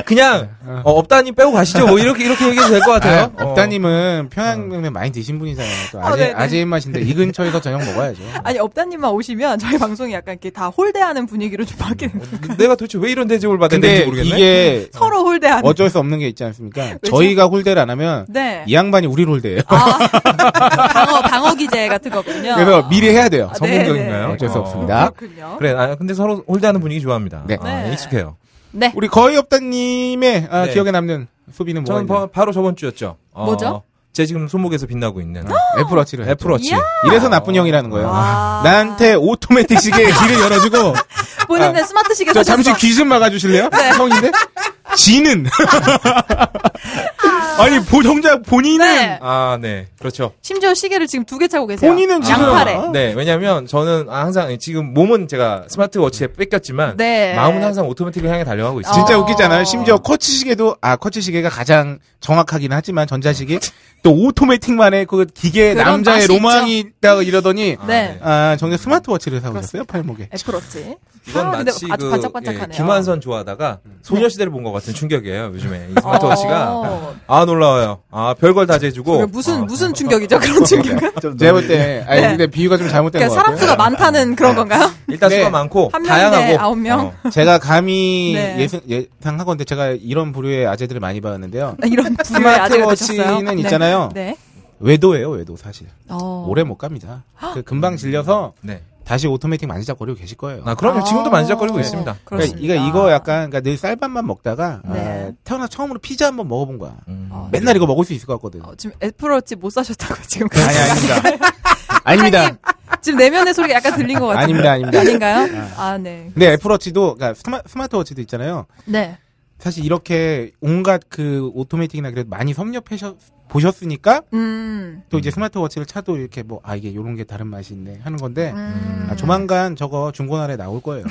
F: 그냥
D: 네.
F: 어, 업다님 빼고 가시죠. 뭐 이렇게 이렇게 얘기해도 될 것
D: 아,
F: 같아요. 어.
D: 업다님은 평양냉면 많이 드신 분이잖아요. 또
E: 아,
D: 아재,
E: 네네.
D: 아재 입맛인데 이 근처에서 저녁 먹어야죠.
E: 아니, 업다님만 오시면 저희 방송이 약간 이렇게 다 홀대하는 분위기로 좀 바뀌는
D: 음.
E: 거예요.
F: 어, 내가 도대체 왜 이런 대접을 받아야
D: 근데
F: 되는지 모르겠네.
D: 이게
E: 서로 홀대하는.
D: 어쩔 수 없는 게 있지 않습니까?
E: 음. 왜죠?
D: 저희가 홀대를 안 하면
E: 네.
D: 이 양반이 우리 홀대예요.
E: 아, 방어, 방어 기제 같은 거군요.
D: 그래서 미리 해야 돼요.
E: 아,
F: 성공적인가요?
E: 네,
D: 어쩔 수
F: 어.
D: 없습니다.
E: 그렇군요.
F: 그래, 아, 근데 서로 홀대하는 분위기 좋아합니다.
D: 네.
F: 아,
E: 네.
F: 익숙해요.
E: 네.
D: 우리 거의 없다님의 아,
F: 네.
D: 기억에 남는 소비는 뭐가
F: 저는
D: 있나요?
F: 바, 로 저번 주였죠. 어,
E: 뭐죠?
F: 제 지금 손목에서 빛나고 있는
D: 애플워치를. 했죠.
F: 애플워치.
E: 이야!
D: 이래서 나쁜 형이라는 거예요.
E: 와.
D: 나한테 오토매틱 시계의 길을 열어주고
E: 본인은 스마트 시계
D: 아. 저
E: 사셨어. 네.
D: 잠시 귀 좀 막아주실래요? 형인데? 지는. 아니, 보, 정작 본인은.
E: 네.
F: 아, 네. 그렇죠.
E: 심지어 시계를 지금 두 개 차고 계세요.
D: 본인은 지금.
E: 양팔에.
D: 아,
F: 네, 왜냐면 저는 항상 지금 몸은 제가 스마트워치에 뺏겼지만
E: 네.
F: 마음은 항상 오토매틱을 향해 달려가고 있어요.
E: 어.
D: 진짜 웃기잖아요. 심지어 커치 시계도, 아, 커치 시계가 가장 정확하긴 하지만 전자시계. 또 오토매틱만의 그 기계
E: 그런
D: 남자의
E: 맛이
D: 로망이 있다고 이러더니.
F: 아,
E: 네.
D: 아, 정작 스마트워치를 사고 있었어요, 팔목에.
E: 애플워치.
F: 이건
E: 아, 근데
F: 마치
E: 아주
F: 그
E: 반짝반짝하네요. 어.
F: 예, 김한선 좋아하다가
D: 음.
F: 소녀시대를 본 것 같은 충격이에요. 요즘에 이 스마트워치가 어.
E: 어.
F: 아 놀라워요. 아 별걸 다 재주고 아,
E: 무슨 무슨 충격이죠? 그런 충격은?
A: 좀
D: 제가 볼 때, 아니,
E: 네.
D: 근데 비유가 좀 잘못된
E: 그러니까
D: 것 같아요.
E: 사람 수가 많다는 그런 건가요?
F: 일단
D: 네.
F: 수가 많고
E: 한 명인데
F: 다양하고
E: 아홉 명?
F: 어.
D: 제가 감히
E: 네.
D: 예상, 예상하건데 제가 이런 부류의 아재들을 많이 봤는데요.
E: 이런 부류의 아재가
D: 스마트워치는
E: 되셨어요. 네.
D: 있잖아요.
E: 네.
D: 외도예요, 외도 사실.
E: 어.
D: 오래 못 갑니다. 그 금방 질려서
F: 네.
D: 다시 오토매틱 만지작거리고 계실 거예요.
F: 아 그럼요. 지금도
E: 아.
F: 만지작거리고
E: 네.
F: 있습니다.
E: 그렇습니다.
D: 그러니까 이거, 이거 약간 그러니까 늘 쌀밥만 먹다가
E: 네.
D: 아, 태어나 처음으로 피자 한번 먹어본 거야.
F: 음.
E: 어.
D: 맨날 이거 먹을 수 있을 것 같거든.
E: 어, 지금 애플워치 못 사셨다고 지금.
D: 아니 아닙니다. 아닙니다.
E: 지금 내면의 소리가 약간 들린 것 같아요.
D: 아닙니다. 아닙니다.
E: 아닌가요? 아, 네.
D: 근데 애플워치도 그러니까 스마, 스마트워치도 있잖아요.
E: 네.
D: 사실 이렇게 온갖 그 오토매틱이나 그래도 많이 섭렵해 보셨으니까
E: 음.
D: 또 이제 스마트워치를 차도 이렇게 뭐 아 이게 요런 게 다른 맛이 있네 하는 건데
E: 음.
D: 아, 조만간 저거 중고나라에 나올 거예요.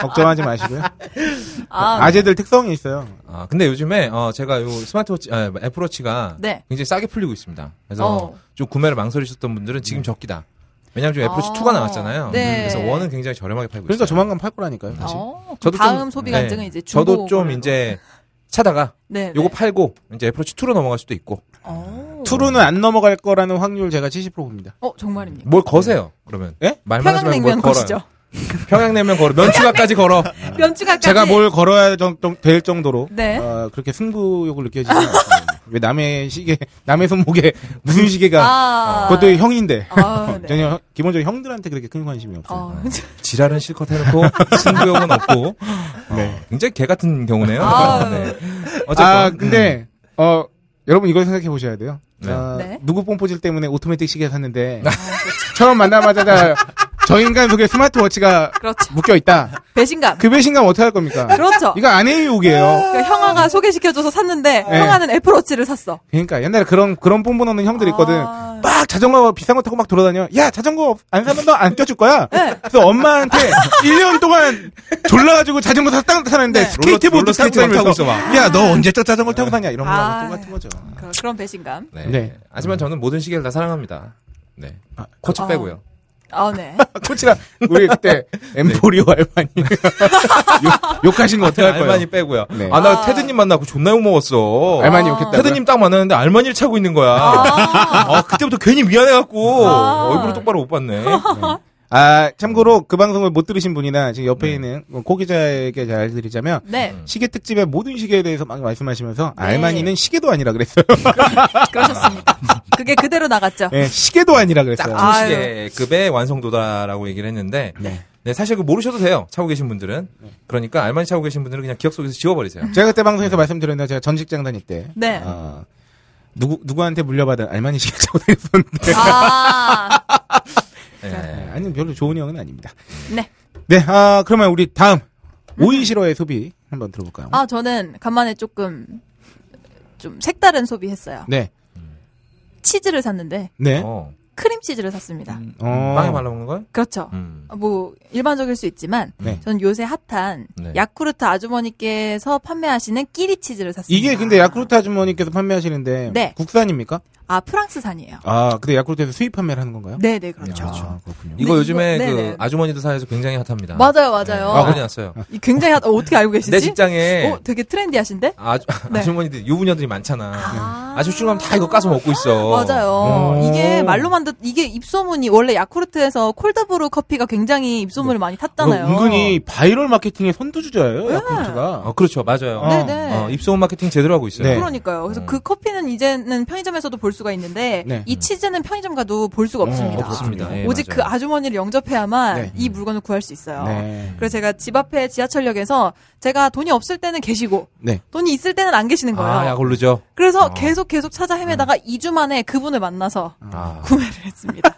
D: 걱정하지 마시고요.
E: 아,
D: 아재들 특성이 있어요. 그러니까
F: 아 근데 요즘에 어, 제가 요 스마트워치 아, 애플워치가
E: 네.
F: 굉장히 싸게 풀리고 있습니다. 그래서
E: 어.
F: 좀 구매를 망설이셨던 분들은
D: 네.
F: 지금 적기다. 왜냐면 지금 애플워치
E: 아.
F: 2가 나왔잖아요.
E: 네.
F: 그래서 원은 굉장히 저렴하게 팔고
D: 그러니까
F: 있어요.
D: 조만간 팔 거라니까요. 다시.
E: 어,
F: 저도 좀-
E: 다음 소비
F: 네.
E: 간증은 이제 중고
F: 저도 좀 이제 차다가
E: 네.
F: 요거
E: 네.
F: 팔고 이제 애플워치 2로 넘어갈 수도 있고
E: 어.
D: 투루는 안 넘어갈 거라는 확률 제가 70% 봅니다.
E: 어, 정말입니까?
F: 뭘 거세요? 그러면
D: 예?
F: 말만 하지 말고 뭘
E: 네. 평양냉면
F: 걸어요?
E: 거시죠.
F: 평양냉면 걸어 면추가까지 걸어.
E: 면추가까지.
D: 제가 뭘 걸어야 정- 정- 될 정도로
E: 네.
D: 어, 그렇게 승부욕을 느껴지지 않아요. 왜 남의 시계, 남의 손목에 무슨 시계가
E: 아.
D: 그것도 형인데
E: 아, 네.
D: 저는 형- 기본적으로 형들한테 그렇게 큰 관심이 없어요.
E: 어.
F: 지랄은 실컷 해놓고 승부욕은 없고
D: 네.
F: 어, 굉장히 개 같은 경우네요.
E: 아유.
F: 네. 어쨌든
D: 아 근데 어 여러분 이걸 생각해 보셔야 돼요.
F: 네.
D: 어,
E: 네.
D: 누구 뽐뽀질 때문에 오토매틱 시계 샀는데 처음 만나마자 저 인간 속에 스마트워치가
E: 그렇죠.
D: 묶여 있다.
E: 배신감.
D: 그 배신감 어떻게 할 겁니까?
E: 그렇죠.
D: 이거 아내의 욕이에요.
E: 그러니까 형아가 소개시켜줘서 샀는데
D: 네.
E: 형아는 애플워치를 샀어.
D: 그러니까 옛날에 그런 그런 뽐뿌 넣는 형들 있거든.
E: 아.
D: 막 자전거 비싼 거 타고 막 돌아다녀. 야 자전거 없- 안 사면 너 안 껴줄 거야.
E: 네.
D: 그래서 엄마한테 1년 동안 졸라가지고 자전거 사- 타고 다녔는데
E: 네.
F: 롤러
D: 스케이트보드 타고 음.
F: 스케이트만 타고
D: 다니면서
F: 있어 막.
D: 야너 언제 또 자전거 타고 다냐 이런
E: 아.
D: 거랑 똑같은 거죠.
E: 그- 그런 배신감.
F: 네.
D: 네.
F: 하지만 저는 모든 시계를 다 사랑합니다. 네. 코치
E: 아.
F: 빼고요.
E: 아, 네.
D: 코치랑 우리 그때 엠포리오 알바니 네. 욕- 욕하신 거 어떻게 할
F: 알마니
D: 거예요?
F: 빼고요.
D: 네.
F: 아, 나
E: 아.
F: 테드님 만나고 존나 욕먹었어.
D: 알마니 욕했다.
F: 테드님 딱 만났는데 알마니를 차고 있는 거야.
E: 아.
F: 아, 그때부터 괜히 미안해갖고
E: 아.
F: 얼굴을 똑바로 못 봤네.
D: 아 참고로 그 방송을 못 들으신 분이나 지금 옆에
F: 네.
D: 있는 고 기자에게 잘 알려드리자면
E: 네.
D: 시계 특집의 모든 시계에 대해서 막 말씀하시면서
E: 네.
D: 알마니는 시계도 아니라 그랬어요.
E: 그러셨습니다. 그게 그대로 나갔죠.
D: 네, 시계도 아니라 그랬어요.
E: 아.
F: 짝퉁시계급의 완성도다라고 얘기를 했는데 네, 사실 그 모르셔도 돼요. 차고 계신 분들은. 그러니까 알마니 차고 계신 분들은 그냥 기억 속에서 지워버리세요.
D: 제가 그때 방송에서 말씀드렸는데 제가 전직 장단일 때
E: 네.
D: 어, 누구 누구한테 물려받은 알마니 시계 차고 다녔었는데
E: 아.
F: 네.
D: 아니 별로 좋은 형은 아닙니다.
E: 네.
D: 네, 아 그러면 우리 다음 오이시로의 소비 한번 들어볼까요?
E: 아, 저는 간만에 조금 좀 색다른 소비했어요.
D: 네,
E: 치즈를 샀는데
D: 네.
F: 어.
E: 크림 치즈를 샀습니다.
D: 어.
F: 빵에 발라먹는 걸?
E: 그렇죠.
F: 음.
E: 뭐 일반적일 수 있지만
D: 네.
E: 전 요새 핫한
F: 네.
E: 야쿠르트 아주머니께서 판매하시는 끼리 치즈를 샀습니다.
D: 이게 근데 야쿠르트 아주머니께서 판매하시는데
E: 네.
D: 국산입니까?
E: 아 프랑스산이에요.
D: 아, 근데 야쿠르트에서 수입 판매를 하는 건가요?
E: 네, 네 그렇죠.
D: 아, 그렇군요.
F: 이거
E: 이거-
F: 요즘에
E: 네네.
F: 그 아주머니들 사이에서 굉장히 핫합니다.
E: 맞아요, 맞아요.
F: 네, 난리 났어요.
E: 이 굉장히 핫, 어, 어떻게 알고 계시지?
F: 내 직장에
E: 어, 되게 트렌디하신데?
F: 아주,
E: 네.
F: 아주머니들 유부녀들이 많잖아.
E: 아.
F: 아. 주 출근하면 다 이거 까서 먹고 있어.
E: 맞아요.
D: 오.
E: 이게 말로만 듣 이게 입소문이 원래 야쿠르트에서 콜드브루 커피가 굉장히 입소문을 많이 탔잖아요.
D: 어,
E: 네.
D: 은근히 바이럴 마케팅의 선두주자예요, 야쿠르트가.
F: 어, 그렇죠. 맞아요.
D: 어.
E: 네네.
F: 어, 입소문 마케팅 제대로 하고 있어요.
D: 네.
E: 그러니까요. 그래서 그 커피는 이제는 편의점에서도 볼 수 수가 있는데
D: 네.
E: 이 치즈는 편의점 가도 볼 수가
D: 어,
E: 없습니다.
F: 없습니다. 예,
E: 오직
F: 맞아요.
E: 그 아주머니를 영접해야만
D: 네.
E: 이 물건을 구할 수 있어요.
D: 네.
E: 아, 그래서 제가 집 앞에 지하철역에서 제가 돈이 없을 때는 계시고
D: 네.
E: 돈이 있을 때는 안 계시는 거예요.
F: 아, 약올르죠.
E: 그래서
F: 어.
E: 계속 계속 찾아 헤매다가 2주 만에 그분을 만나서
F: 아.
E: 구매를 했습니다.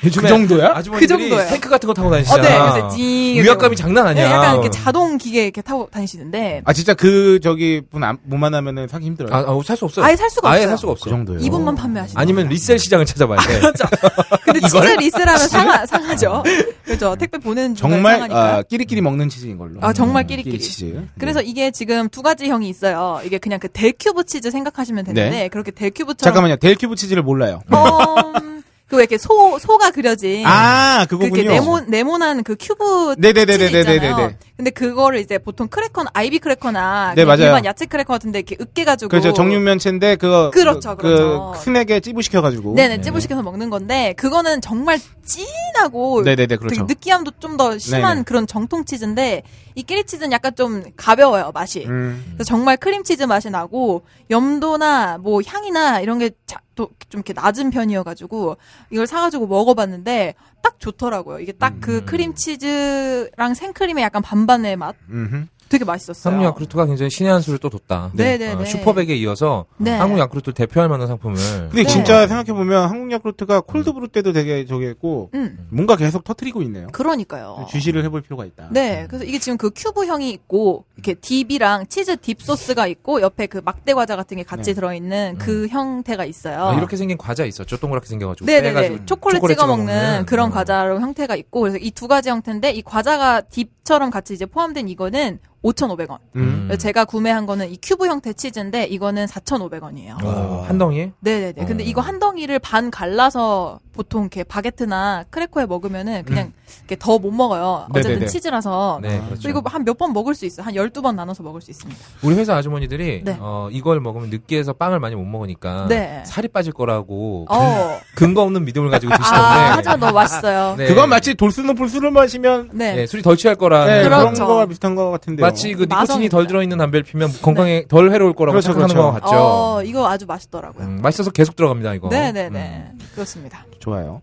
D: 그 정도야?
E: 그
F: 아주머니들이
E: 정도예요.
F: 탱크 같은 거 타고
E: 어, 네.
F: 다니시잖아.
E: 그래서 징
F: 위압감이 장난 아니야.
E: 네, 약간 이렇게 자동 기계 이렇게 타고 다니시는데
D: 아 진짜 그 저기 분 못 만나면은 사기 힘들어요.
F: 아, 아, 살수 없어요.
E: 아예 살 수가
F: 아예
E: 없어요.
F: 살 수가 없어.
D: 그 정도예요.
E: 이분만 판매하시는
F: 아니면 리셀 시장을 찾아봐야 돼.
E: 그렇죠. 근데 치즈 리스라면 상하, 상하죠. 그렇죠. 택배 보내는 중간
D: 정말
E: 상하니까.
D: 아, 끼리끼리 먹는 치즈인 걸로. 음,
E: 아, 정말
D: 끼리
E: 끼리끼리.
D: 치즈. 네.
E: 그래서 이게 지금 두 가지 형이 있어요. 이게 그냥 그 델큐브 치즈 생각하시면 되는데
D: 네.
E: 그렇게 델큐브처럼
D: 잠깐만요. 델큐브 치즈를 몰라요.
E: 음, 그왜 이렇게 소 소가 그려진
D: 아
E: 네. 그렇게
D: 그거군요.
E: 네모 네모난 그 큐브
D: 네네네네네네네.
E: 치즈 있잖아요. 근데 그거를 이제 보통 크래커나 아이비 크래커나
D: 네,
E: 그냥
D: 맞아요.
E: 일반 야채 크래커 같은데 이렇게 으깨가지고
D: 그렇죠. 정육면체인데 그거
E: 그렇죠,
D: 그-
E: 그렇죠.
D: 그 스낵에 찌부시켜가지고.
E: 네네 찌부시켜서 먹는 건데 그거는 정말 진하고
D: 네네네 그렇죠.
E: 되게 느끼함도 좀 더 심한
D: 네네.
E: 그런 정통 치즈인데 이 끼리 치즈는 약간 좀 가벼워요 맛이.
D: 음.
E: 그래서 정말 크림 치즈 맛이 나고 염도나 뭐 향이나 이런 게 또 좀 이렇게 낮은 편이어가지고 이걸 사가지고 먹어봤는데 딱 좋더라고요. 이게 딱 그 크림 치즈랑 생크림의 약간 반반의 맛
D: 음흠.
E: 되게 맛있었어요.
F: 한국 야쿠르트가 굉장히 신의 한 수를 또 뒀다.
E: 네, 네,
F: 어,
E: 네.
F: 슈퍼백에 이어서
E: 네.
F: 한국 야쿠르트 대표할 만한 상품을.
D: 근데
E: 네.
D: 진짜 생각해보면 한국 야쿠르트가 콜드브루 때도 되게 저기 했고
E: 음
D: 뭔가 계속 터트리고 있네요.
E: 그러니까요.
D: 주시를 해볼 필요가 있다.
E: 어. 네, 그래서 이게 지금 그 큐브형이 있고 이렇게 딥이랑 치즈 딥 소스가 있고 옆에 그 막대 과자 같은 게 같이
D: 네.
E: 들어있는 그 형태가 있어요.
F: 아, 이렇게 생긴 과자 있었죠. 동그랗게 생겨가지고.
E: 네네네.
F: 빼가지고
E: 초콜릿, 찍어 먹는, 그런
F: 어.
E: 과자로 형태가 있고, 그래서 이 두 가지 형태인데, 이 과자가 딥처럼 같이 이제 포함된 이거는 5,500원.
D: 음.
E: 제가 구매한 거는 이 큐브 형태 치즈인데, 이거는 4,500원이에요.
F: 어, 한 덩이?
E: 네네네. 근데 이거 한 덩이를 반 갈라서 보통 이렇게 바게트나 크래커에 먹으면은 그냥 이렇게 더 못 먹어요. 어쨌든
D: 네네네.
E: 치즈라서.
F: 네,
D: 아.
F: 그렇죠.
E: 그래서 이거 한 몇 번 먹을 수 있어요. 한 12번 나눠서 먹을 수 있습니다.
F: 우리 회사 아주머니들이
E: 네.
F: 어, 이걸 먹으면 느끼해서 빵을 많이 못 먹으니까
E: 네.
F: 살이 빠질 거라고
E: 어.
F: 근거 없는 믿음을 가지고 드시던데.
E: 아, 하지만 너무 맛있어요.
F: 네.
D: 그건 마치 돌스노플 술을 마시면
E: 네.
F: 네, 술이 덜 취할 거라.
D: 네,
F: 는
D: 그런
E: 그렇죠.
D: 거와 비슷한 거 같은데요.
F: 마치 그 니코틴이
E: 마성입니다. 네.
F: 덜 들어있는 담배를 피면 건강에 덜 해로울 거라고
D: 그렇죠,
F: 생각하는
D: 그렇죠.
F: 것 같죠.
E: 어, 이거 아주 맛있더라고요.
F: 음, 맛있어서 계속 들어갑니다 이거. 음.
E: 네네네. 그렇습니다.
D: 좋아요.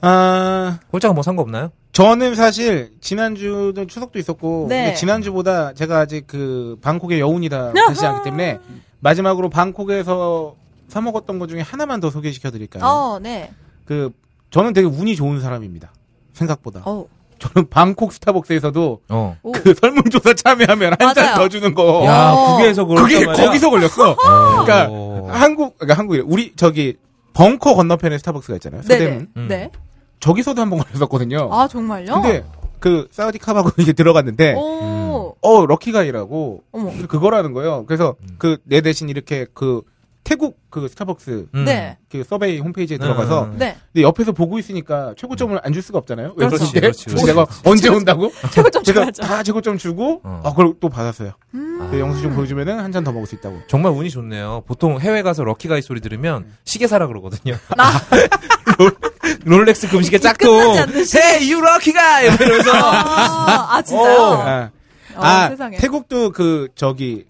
D: 아
F: 홀짝 뭐산 거 없나요?
D: 저는 사실 지난주도 추석도 있었고
E: 네.
D: 근데 지난주보다 제가 아직 그 방콕의 여운이다 되지 않기 때문에 마지막으로 방콕에서 사 먹었던 것 중에 하나만 더 소개시켜 드릴까요?
E: 어, 네.
D: 그 저는 되게 운이 좋은 사람입니다. 생각보다
E: 어.
D: 저는 방콕 스타벅스에서도
F: 어.
E: 오.
D: 그 설문조사 참여하면 한 잔
E: 맞아요.
D: 더 주는 거.
F: 야,
E: 어.
F: 국외에서 그걸
D: 그게
F: 했단 말이야?
D: 거기서 걸렸어.
F: 어.
D: 그러니까 한국 그러니까 한국이 우리 저기 벙커 건너편에 스타벅스가 있잖아요.
E: 네네.
D: 서대문.
F: 음.
E: 네.
D: 저기서도 한 번 걸렸었거든요.
E: 아 정말요?
D: 음. 근데 네. 그 사우디 컵하고 이게 들어갔는데
E: 오.
D: 어 럭키가이라고
E: 어머.
D: 그거라는 거예요. 그래서
F: 음.
D: 그 내 대신 이렇게 그 태국 그 스타벅스
F: 음.
E: 네.
D: 그 서베이 홈페이지에 들어가서
F: 음.
E: 네.
D: 근데 옆에서 보고 있으니까 최고점을 안 줄 수가 없잖아요. 왜
E: 그렇죠.
D: 그렇지?
F: 그렇지, 그렇지,
D: 내가 언제 온다고?
E: 최고점
D: 그래서
E: 줘야죠.
D: 다 최고점 주고
F: 어.
D: 아 그걸 또 받았어요.
E: 음.
D: 그 영수증 보여주면은 한 잔 더 먹을 수 있다고.
F: 정말 운이 좋네요. 보통 해외 가서 럭키가이 소리 들으면
E: 음.
F: 시계 사라 그러거든요. 롤- 롤렉스 금시계 짝퉁.
D: 아.
E: 끝나지 않듯이.
F: Hey, you 럭키가이! 이러면서.
E: 아, 아
F: 오.
E: 진짜요?
D: 아,
E: 어,
D: 아,
E: 세상에.
D: 태국도 그 저기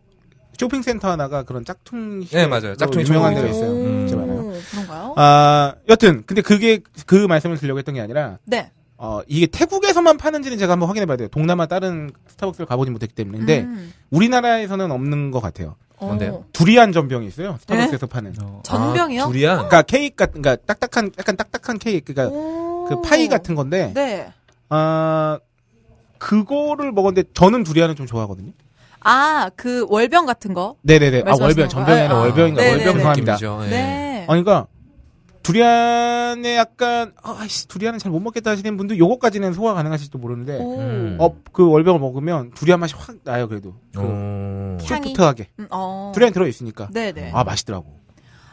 D: 쇼핑센터 하나가 그런 짝퉁 시계로
F: 네, 맞아요. 짝퉁이 정말
D: 유명한 데가 있어요.
E: 오,
F: 음,
D: 진짜 많아요.
E: 그런가요?
D: 아 여튼 근데 그게 그 말씀을 드리려고 했던 게 아니라
E: 네.
D: 어 이게 태국에서만 파는지는 제가 한번 확인해 봐야 돼요. 동남아 다른 스타벅스를 가보지 못했기 때문에 근데
E: 음.
D: 우리나라에서는 없는 것 같아요.
E: 어.
F: 뭔데요?
D: 두리안 전병이 있어요.
E: 네?
D: 스타벅스에서 파는.
E: 전병이요?
F: 아, 두리안?
D: 그러니까 케이크 같은 그러니까 딱딱한 약간 딱딱한 케이크 그러니까
E: 오.
D: 그 파이 같은 건데
E: 네.
D: 아 그거를 먹었는데 저는 두리안을 좀 좋아하거든요.
E: 아, 그 월병 같은 거.
D: 네네네. 아 월병
E: 말씀하시는 건가요?
D: 전병이 아니라
E: 아,
D: 월병인가
E: 네네네.
D: 월병 죄송합니다.
F: 느낌이죠. 예.
E: 네.
D: 아니 그러니까 두리안에 약간 아씨 두리안은 잘 못 먹겠다 하시는 분도 요거까지는 소화 가능하실지도 모르는데
E: 오.
F: 음.
D: 어 그 월병을 먹으면 두리안 맛이 확 나요 그래도 그
F: 어.
E: 향이.
D: 풋풋하게
E: 음, 어.
D: 두리안 들어 있으니까
E: 네네.
D: 아 맛있더라고.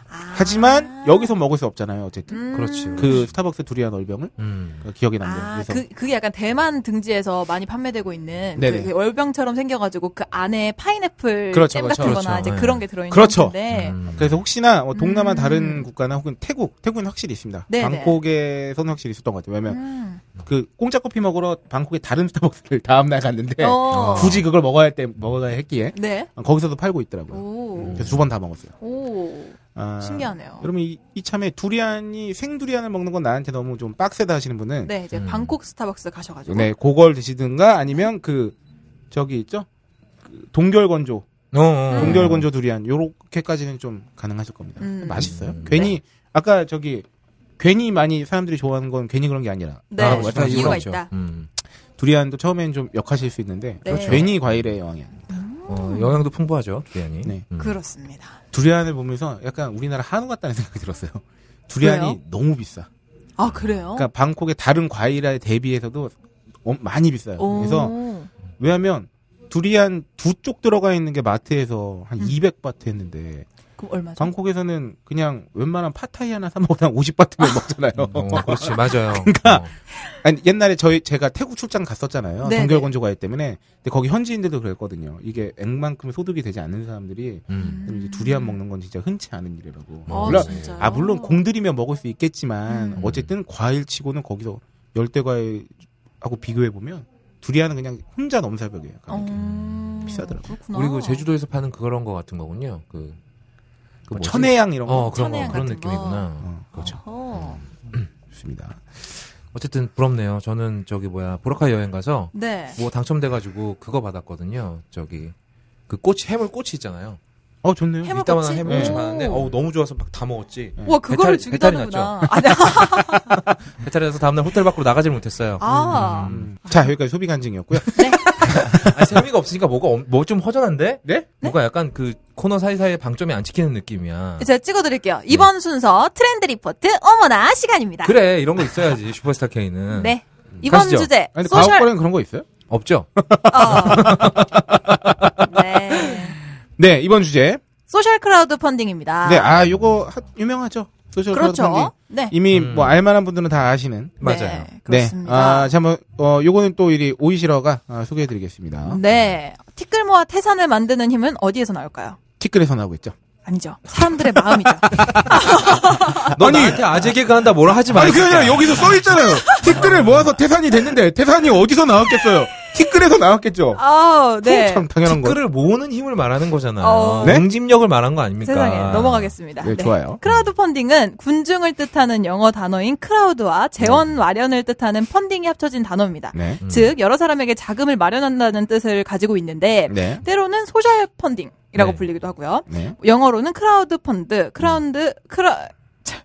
E: 아.
D: 하지만 여기서 먹을 수 없잖아요 어쨌든
E: 음.
F: 그렇지.
D: 그 스타벅스 두리안 월병을
E: 네.
D: 그러니까
F: 음.
D: 기억에 남는
E: 아,
D: 그래서
E: 그, 그게 약간 대만 등지에서 많이 판매되고 있는
D: 네네.
E: 그 월병처럼 생겨가지고 그 안에 파인애플
D: 그렇죠,
E: 잼
D: 그렇죠,
E: 같은 거나
F: 그렇죠.
E: 이제
F: 예.
E: 그런 게 들어있는
D: 그렇죠.
E: 건데
F: 음.
D: 그래서 혹시나 뭐 동남아
E: 음.
D: 다른 국가나 혹은 태국, 태국은 확실히 있습니다.
E: 네네.
D: 방콕에서는 확실히 있었던 것 같아요. 왜냐면
E: 음.
D: 그 공짜 커피 먹으러 방콕의 다른 스타벅스를 다음 날 갔는데
E: 어.
D: 굳이 그걸 먹어야 할 때 먹어야 했기에
E: 네.
D: 거기서도 팔고 있더라고요.
E: 오.
D: 그래서 두 번 다 먹었어요.
E: 오.
D: 음. 아,
E: 신기하네요.
D: 여러분 이, 이참에 두리안이 생두리안을 먹는 건 나한테 너무 좀 빡세다 하시는 분은
E: 네, 이제
F: 음.
E: 방콕 스타벅스 가셔가지고.
D: 네, 그걸 드시든가 아니면 그 저기 있죠? 그 동결건조,
F: 어, 어, 어.
D: 동결건조 두리안 요렇게까지는 좀 가능하실 겁니다.
E: 음.
D: 맛있어요.
F: 음.
D: 괜히 아까 저기 괜히 많이 사람들이 좋아하는 건 괜히 그런 게 아니라
E: 네,
F: 아,
E: 어떤
F: 이유가
E: 이유가
F: 있죠.
E: 있다.
F: 음.
D: 두리안도 처음엔 좀 역하실 수 있는데
E: 네. 그렇죠.
D: 괜히 과일의 여왕이 아니에요.
F: 어, 영양도 풍부하죠, 두리안이.
D: 네.
F: 음.
E: 그렇습니다.
D: 두리안을 보면서 약간 우리나라 한우 같다는 생각이 들었어요. 두리안이
E: 왜요?
D: 너무 비싸.
E: 아 그래요?
D: 그러니까 방콕의 다른 과일에 대비해서도 엄- 많이 비싸요.
E: 오.
D: 그래서 왜냐하면 두리안 두 쪽 들어가 있는 게 마트에서 한
E: 음.
D: 200바트 했는데
E: 그럼 얼마죠?
D: 방콕에서는 그냥 웬만한 파타이 하나 사 먹으면 한 50바트면
E: 음.
F: 어,
D: 먹잖아요.
F: 그렇지, 맞아요. 그러니까
D: 아니 옛날에 저희 제가 태국 출장 갔었잖아요.
E: 네,
D: 동결 건조 과일 때문에 근데 거기 현지인들도 그랬거든요. 이게 액만큼 소득이 되지 않는 사람들이
F: 음.
D: 이제 두리안 먹는 건 진짜 흔치 않은 일이라고.
E: 아,
D: 물론
E: 진짜요?
D: 아 물론 공들이면 먹을 수 있겠지만
E: 음.
D: 어쨌든 과일치고는 거기서 열대 과일하고 비교해 보면 두리안은 그냥 혼자 넘사벽이에요. 가격이.
E: 어,
D: 음. 비싸더라고요.
E: 그렇구나.
F: 그리고 제주도에서 파는 그런 거 같은 거군요. 그, 그
D: 뭐
F: 뭐지?
D: 천혜향 이런 거
F: 어, 그런 거,
E: 천혜향
F: 그런
E: 같은
F: 느낌이구나.
D: 어, 그렇죠.
E: 어.
D: 좋습니다.
F: 어쨌든 부럽네요. 저는 저기 뭐야, 보라카 여행 가서
E: 네.
F: 뭐 당첨돼가지고 그거 받았거든요. 저기. 그 꽃이, 해물 꽃이 있잖아요.
D: 어 좋네요.
E: 해물
F: 이따만한
E: 꽃이? 음.
F: 해물 꽃이
E: 오.
F: 받았는데, 어우, 너무 좋아서 막 다 먹었지.
E: 와 그거를
F: 음. 배탈- 배탈이
E: 죽이다는구나. 아니, 네.
F: 배탈이 나서 다음날 호텔 밖으로 나가질 못했어요.
E: 아,
D: 음. 자 여기까지 소비 간증이었고요.
F: 아니, 재미가 없으니까 뭐가, 뭐 좀 허전한데?
D: 네?
F: 뭔가 약간 그 코너 사이사이에 방점이 안 찍히는 느낌이야.
E: 네, 제가 찍어드릴게요. 이번 순서 트렌드 리포트 어머나 시간입니다.
F: 네. 그래, 이런 거 있어야지, 슈퍼스타 K는.
E: 네. 이번
F: 가시죠.
E: 주제
D: 아니, 근데
E: 소셜.
D: 과거에는 그런 거 있어요?
F: 없죠?
E: 네. 어. 네.
D: 네 이번 주제.
E: 소셜 크라우드 펀딩입니다.
D: 네 아 요거 하- 유명하죠. 소셜 크라우드펀딩.
E: 그렇죠. 네.
D: 이미
F: 음.
D: 뭐 알만한 분들은 다 아시는.
F: 맞아요.
E: 네,
D: 네.
E: 그렇습니다.
D: 아 잠깐 어 요거는 또 이리 오이시러가 아, 소개해드리겠습니다.
E: 네. 티끌모아 태산을 만드는 힘은 어디에서 나올까요?
D: 티끌에서 나오고 있죠.
E: 아니죠. 사람들의 마음이죠.
F: 너 나한테 아재 개그한다 뭐라 하지 마.
D: 아니 그게 아니라 여기서 써 있잖아요. 티끌을 모아서 태산이 됐는데 태산이 어디서 나왔겠어요? 티끌에서 나왔겠죠.
E: 아, 네.
D: 어, 참 당연한 거.
F: 티끌을 모으는 힘을 말하는 거잖아.
E: 어.
F: 요
D: 네?
F: 응집력을 말한 거 아닙니까?
E: 세상에 넘어가겠습니다.
D: 그러니까. 네, 좋아요.
E: 크라우드 펀딩은 군중을 뜻하는 영어 단어인 크라우드와 재원 마련을 뜻하는 펀딩이 합쳐진 단어입니다.
D: 네.
F: 음.
E: 즉 여러 사람에게 자금을 마련한다는 뜻을 가지고 있는데
D: 네.
E: 때로는 소셜 펀딩이라고
F: 네.
E: 불리기도 하고요.
D: 네.
E: 영어로는 크라우드 펀드, 크라운드 크라 참,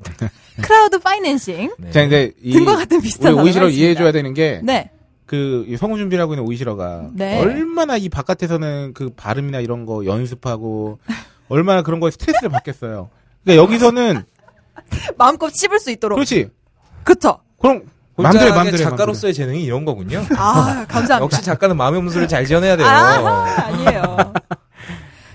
E: 크라우드 파이낸싱
F: 네.
D: 자 이제 이
E: 등과 같은 비슷한
D: 우리 오이시러
E: 단어가 있습니다.
D: 이해해줘야 되는 게
E: 네.
D: 그 성우 준비라고 있는 오이시러가
E: 네.
D: 얼마나 이 바깥에서는 그 발음이나 이런 거 연습하고 얼마나 그런 거에 스트레스를 받겠어요. 그러니까 여기서는
E: 마음껏 씹을 수 있도록.
D: 그렇지.
E: 그쵸.
D: 그럼
F: 혼자의
D: 맘대로 맘대로
F: 작가로서의 재능이 이런 거군요.
E: 아, 감사합니다.
F: 역시 작가는 마음의 음소를 잘 지어내야 돼요. 음.
E: 아, 아니에요.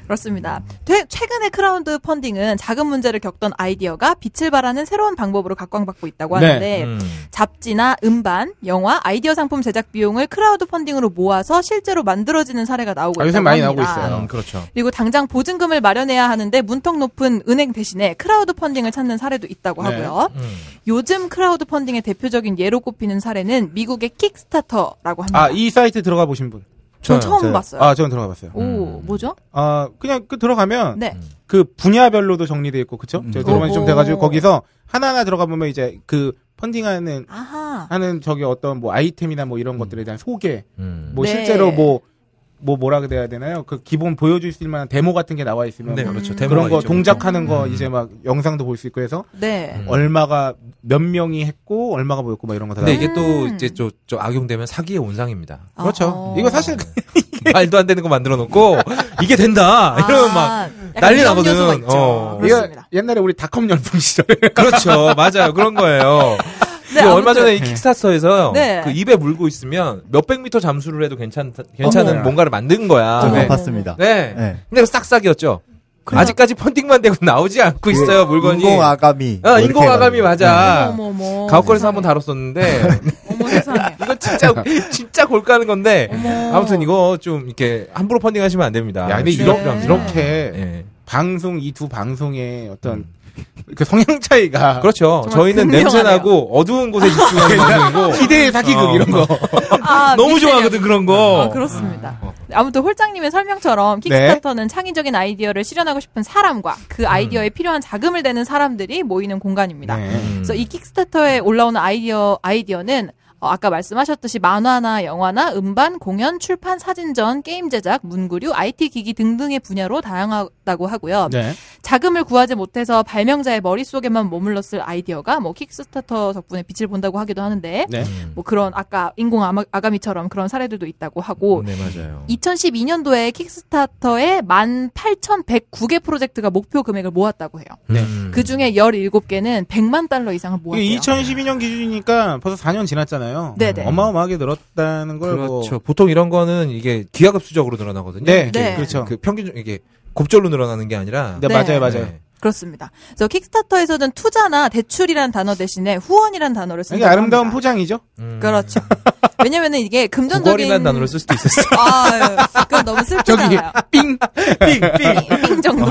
E: 그렇습니다. 되- 최근에 크라운드 펀딩은 자금 문제를 겪던 아이디어가 빛을 발하는 새로운 방법으로 각광받고 있다고
D: 네.
E: 하는데
F: 음.
E: 잡지나 음반, 영화, 아이디어 상품 제작 비용을 크라우드 펀딩으로 모아서 실제로 만들어지는 사례가 나오고
D: 아,
E: 있다고
D: 요새 많이
E: 합니다.
D: 나오고 있어요.
F: 음, 그렇죠.
E: 그리고 당장 보증금을 마련해야 하는데 문턱 높은 은행 대신에 크라우드 펀딩을 찾는 사례도 있다고
D: 네.
E: 하고요.
F: 음.
E: 요즘 크라우드 펀딩의 대표적인 예로 꼽히는 사례는 미국의 킥스타터라고 합니다.
D: 아이 사이트 들어가 보신 분.
E: 전
F: 저요,
E: 처음
D: 저요.
E: 봤어요.
D: 아 저는 들어가 봤어요.
E: 오, 뭐죠?
D: 아 그냥 그 들어가면
E: 네.
D: 그 분야별로도 정리돼 있고 그쵸?
A: 음.
D: 제가 들어간 지좀
E: 오호.
D: 돼가지고 거기서 하나하나 들어가 보면 이제 그 펀딩하는
E: 아하.
D: 하는 저기 어떤 뭐 아이템이나 뭐 이런 것들에 대한 소개
F: 음.
D: 뭐
E: 네.
D: 실제로 뭐 뭐 뭐라 그래야 되나요? 그 기본 보여줄 수 있을 만한 데모 같은 게 나와 있으면
F: 네,
D: 뭐
F: 그렇죠.
D: 그런
F: 데모가
D: 거
F: 있죠.
D: 동작하는 거
F: 음.
D: 이제 막 영상도 볼 수 있고 해서
E: 네.
F: 음.
D: 얼마가 몇 명이 했고 얼마가 보였고 막 이런 거다.
F: 근데 이게 또
E: 음.
F: 이제 저, 저 악용되면 사기의 온상입니다.
D: 그렇죠.
E: 어.
D: 이거 사실
F: 말도 안 되는 거 만들어 놓고 이게 된다 이러면 막
E: 아, 약간
F: 난리
E: 위험
F: 나거든.
E: 요소가 있죠.
F: 어.
E: 그렇습니다.
D: 이거 옛날에 우리 닷컴 열풍 시절
F: 그렇죠 맞아요 그런 거예요.
E: 네,
F: 그 얼마
E: 아무튼
F: 전에 이 킥스타터에서
E: 네.
F: 그 입에 물고 있으면 몇백 미터 잠수를 해도 괜찮 괜찮은
D: 어머.
F: 뭔가를 만든 거야.
A: 저도
F: 네.
A: 봤습니다.
F: 네.
A: 네.
F: 근데 그 싹싹이었죠. 아직까지 펀딩만 되고 나오지 않고 있어요 물건이.
A: 그 인공 아가미. 뭐
F: 어, 인공 아감이 맞아.
E: 어머, 어머.
F: 가옥걸에서 한번
E: 세상에.
F: 다뤘었는데
E: 어머 세상에.
F: 이거 진짜 진짜 골까는 건데
E: 어머.
F: 아무튼 이거 좀 이렇게 함부로 펀딩하시면 안 됩니다. 네.
D: 야 근데
E: 이런-
D: 이렇게,
E: 네.
F: 예.
D: 방송 이 두 방송의 어떤 그 성향 차이가
F: 그렇죠.
E: 정말
F: 저희는
E: 극명하네요.
F: 냄새나고 어두운 곳에 집중하는 분이고
D: 기대의 사기극
F: 어.
D: 이런 거.
E: 아,
F: 너무 어.
E: 미스테리
F: 좋아하거든 그런 거.
E: 아, 그렇습니다. 아무튼 홀장님의 설명처럼
D: 네.
E: 킥스타터는 창의적인 아이디어를 실현하고 싶은 사람과
F: 음.
E: 그 아이디어에 필요한 자금을 대는 사람들이 모이는 공간입니다.
D: 네.
E: 그래서 이 킥스타터에 올라오는 아이디어 아이디어는 어, 아까 말씀하셨듯이 만화나 영화나 음반, 공연, 출판, 사진전, 게임 제작, 문구류, IT 기기 등등의 분야로 다양하다고 하고요.
D: 네.
E: 자금을 구하지 못해서 발명자의 머릿속에만 머물렀을 아이디어가 뭐 킥스타터 덕분에 빛을 본다고 하기도 하는데
D: 네.
E: 뭐 그런 아까 인공 아마- 아가미처럼 그런 사례들도 있다고 하고
D: 음.
F: 네 맞아요.
E: 2012년도에 킥스타터에 18,109개 프로젝트가 목표 금액을 모았다고 해요.
F: 음.
E: 그 중에 17개는 100만 달러 이상을 모았대요.
D: 이게 2012년 기준이니까 벌써 4년 지났잖아요.
E: 네네.
D: 어마어마하게 늘었다는 걸 뭐.
F: 그렇죠. 보통 이런 거는 이게 기하급수적으로 늘어나거든요.
D: 네.
F: 이게
E: 네.
D: 그렇죠.
F: 그 평균 이게 곱절로 늘어나는 게 아니라
D: 네,
E: 네.
D: 맞아요, 맞아요.
F: 네.
E: 그렇습니다. 그래서 킥스타터에서는 투자나 대출이라는 단어 대신에 후원이라는 단어를
D: 이게
E: 쓴다고
D: 그러니까 아름다운
E: 합니다.
D: 포장이죠.
F: 음.
E: 그렇죠. 왜냐면은 이게 금전적인
F: 구걸이라는 단어를 쓸 수도 있었어.
E: 아, 그건 너무 슬프잖아요.
D: 삥! 삥!
E: 빙 정도.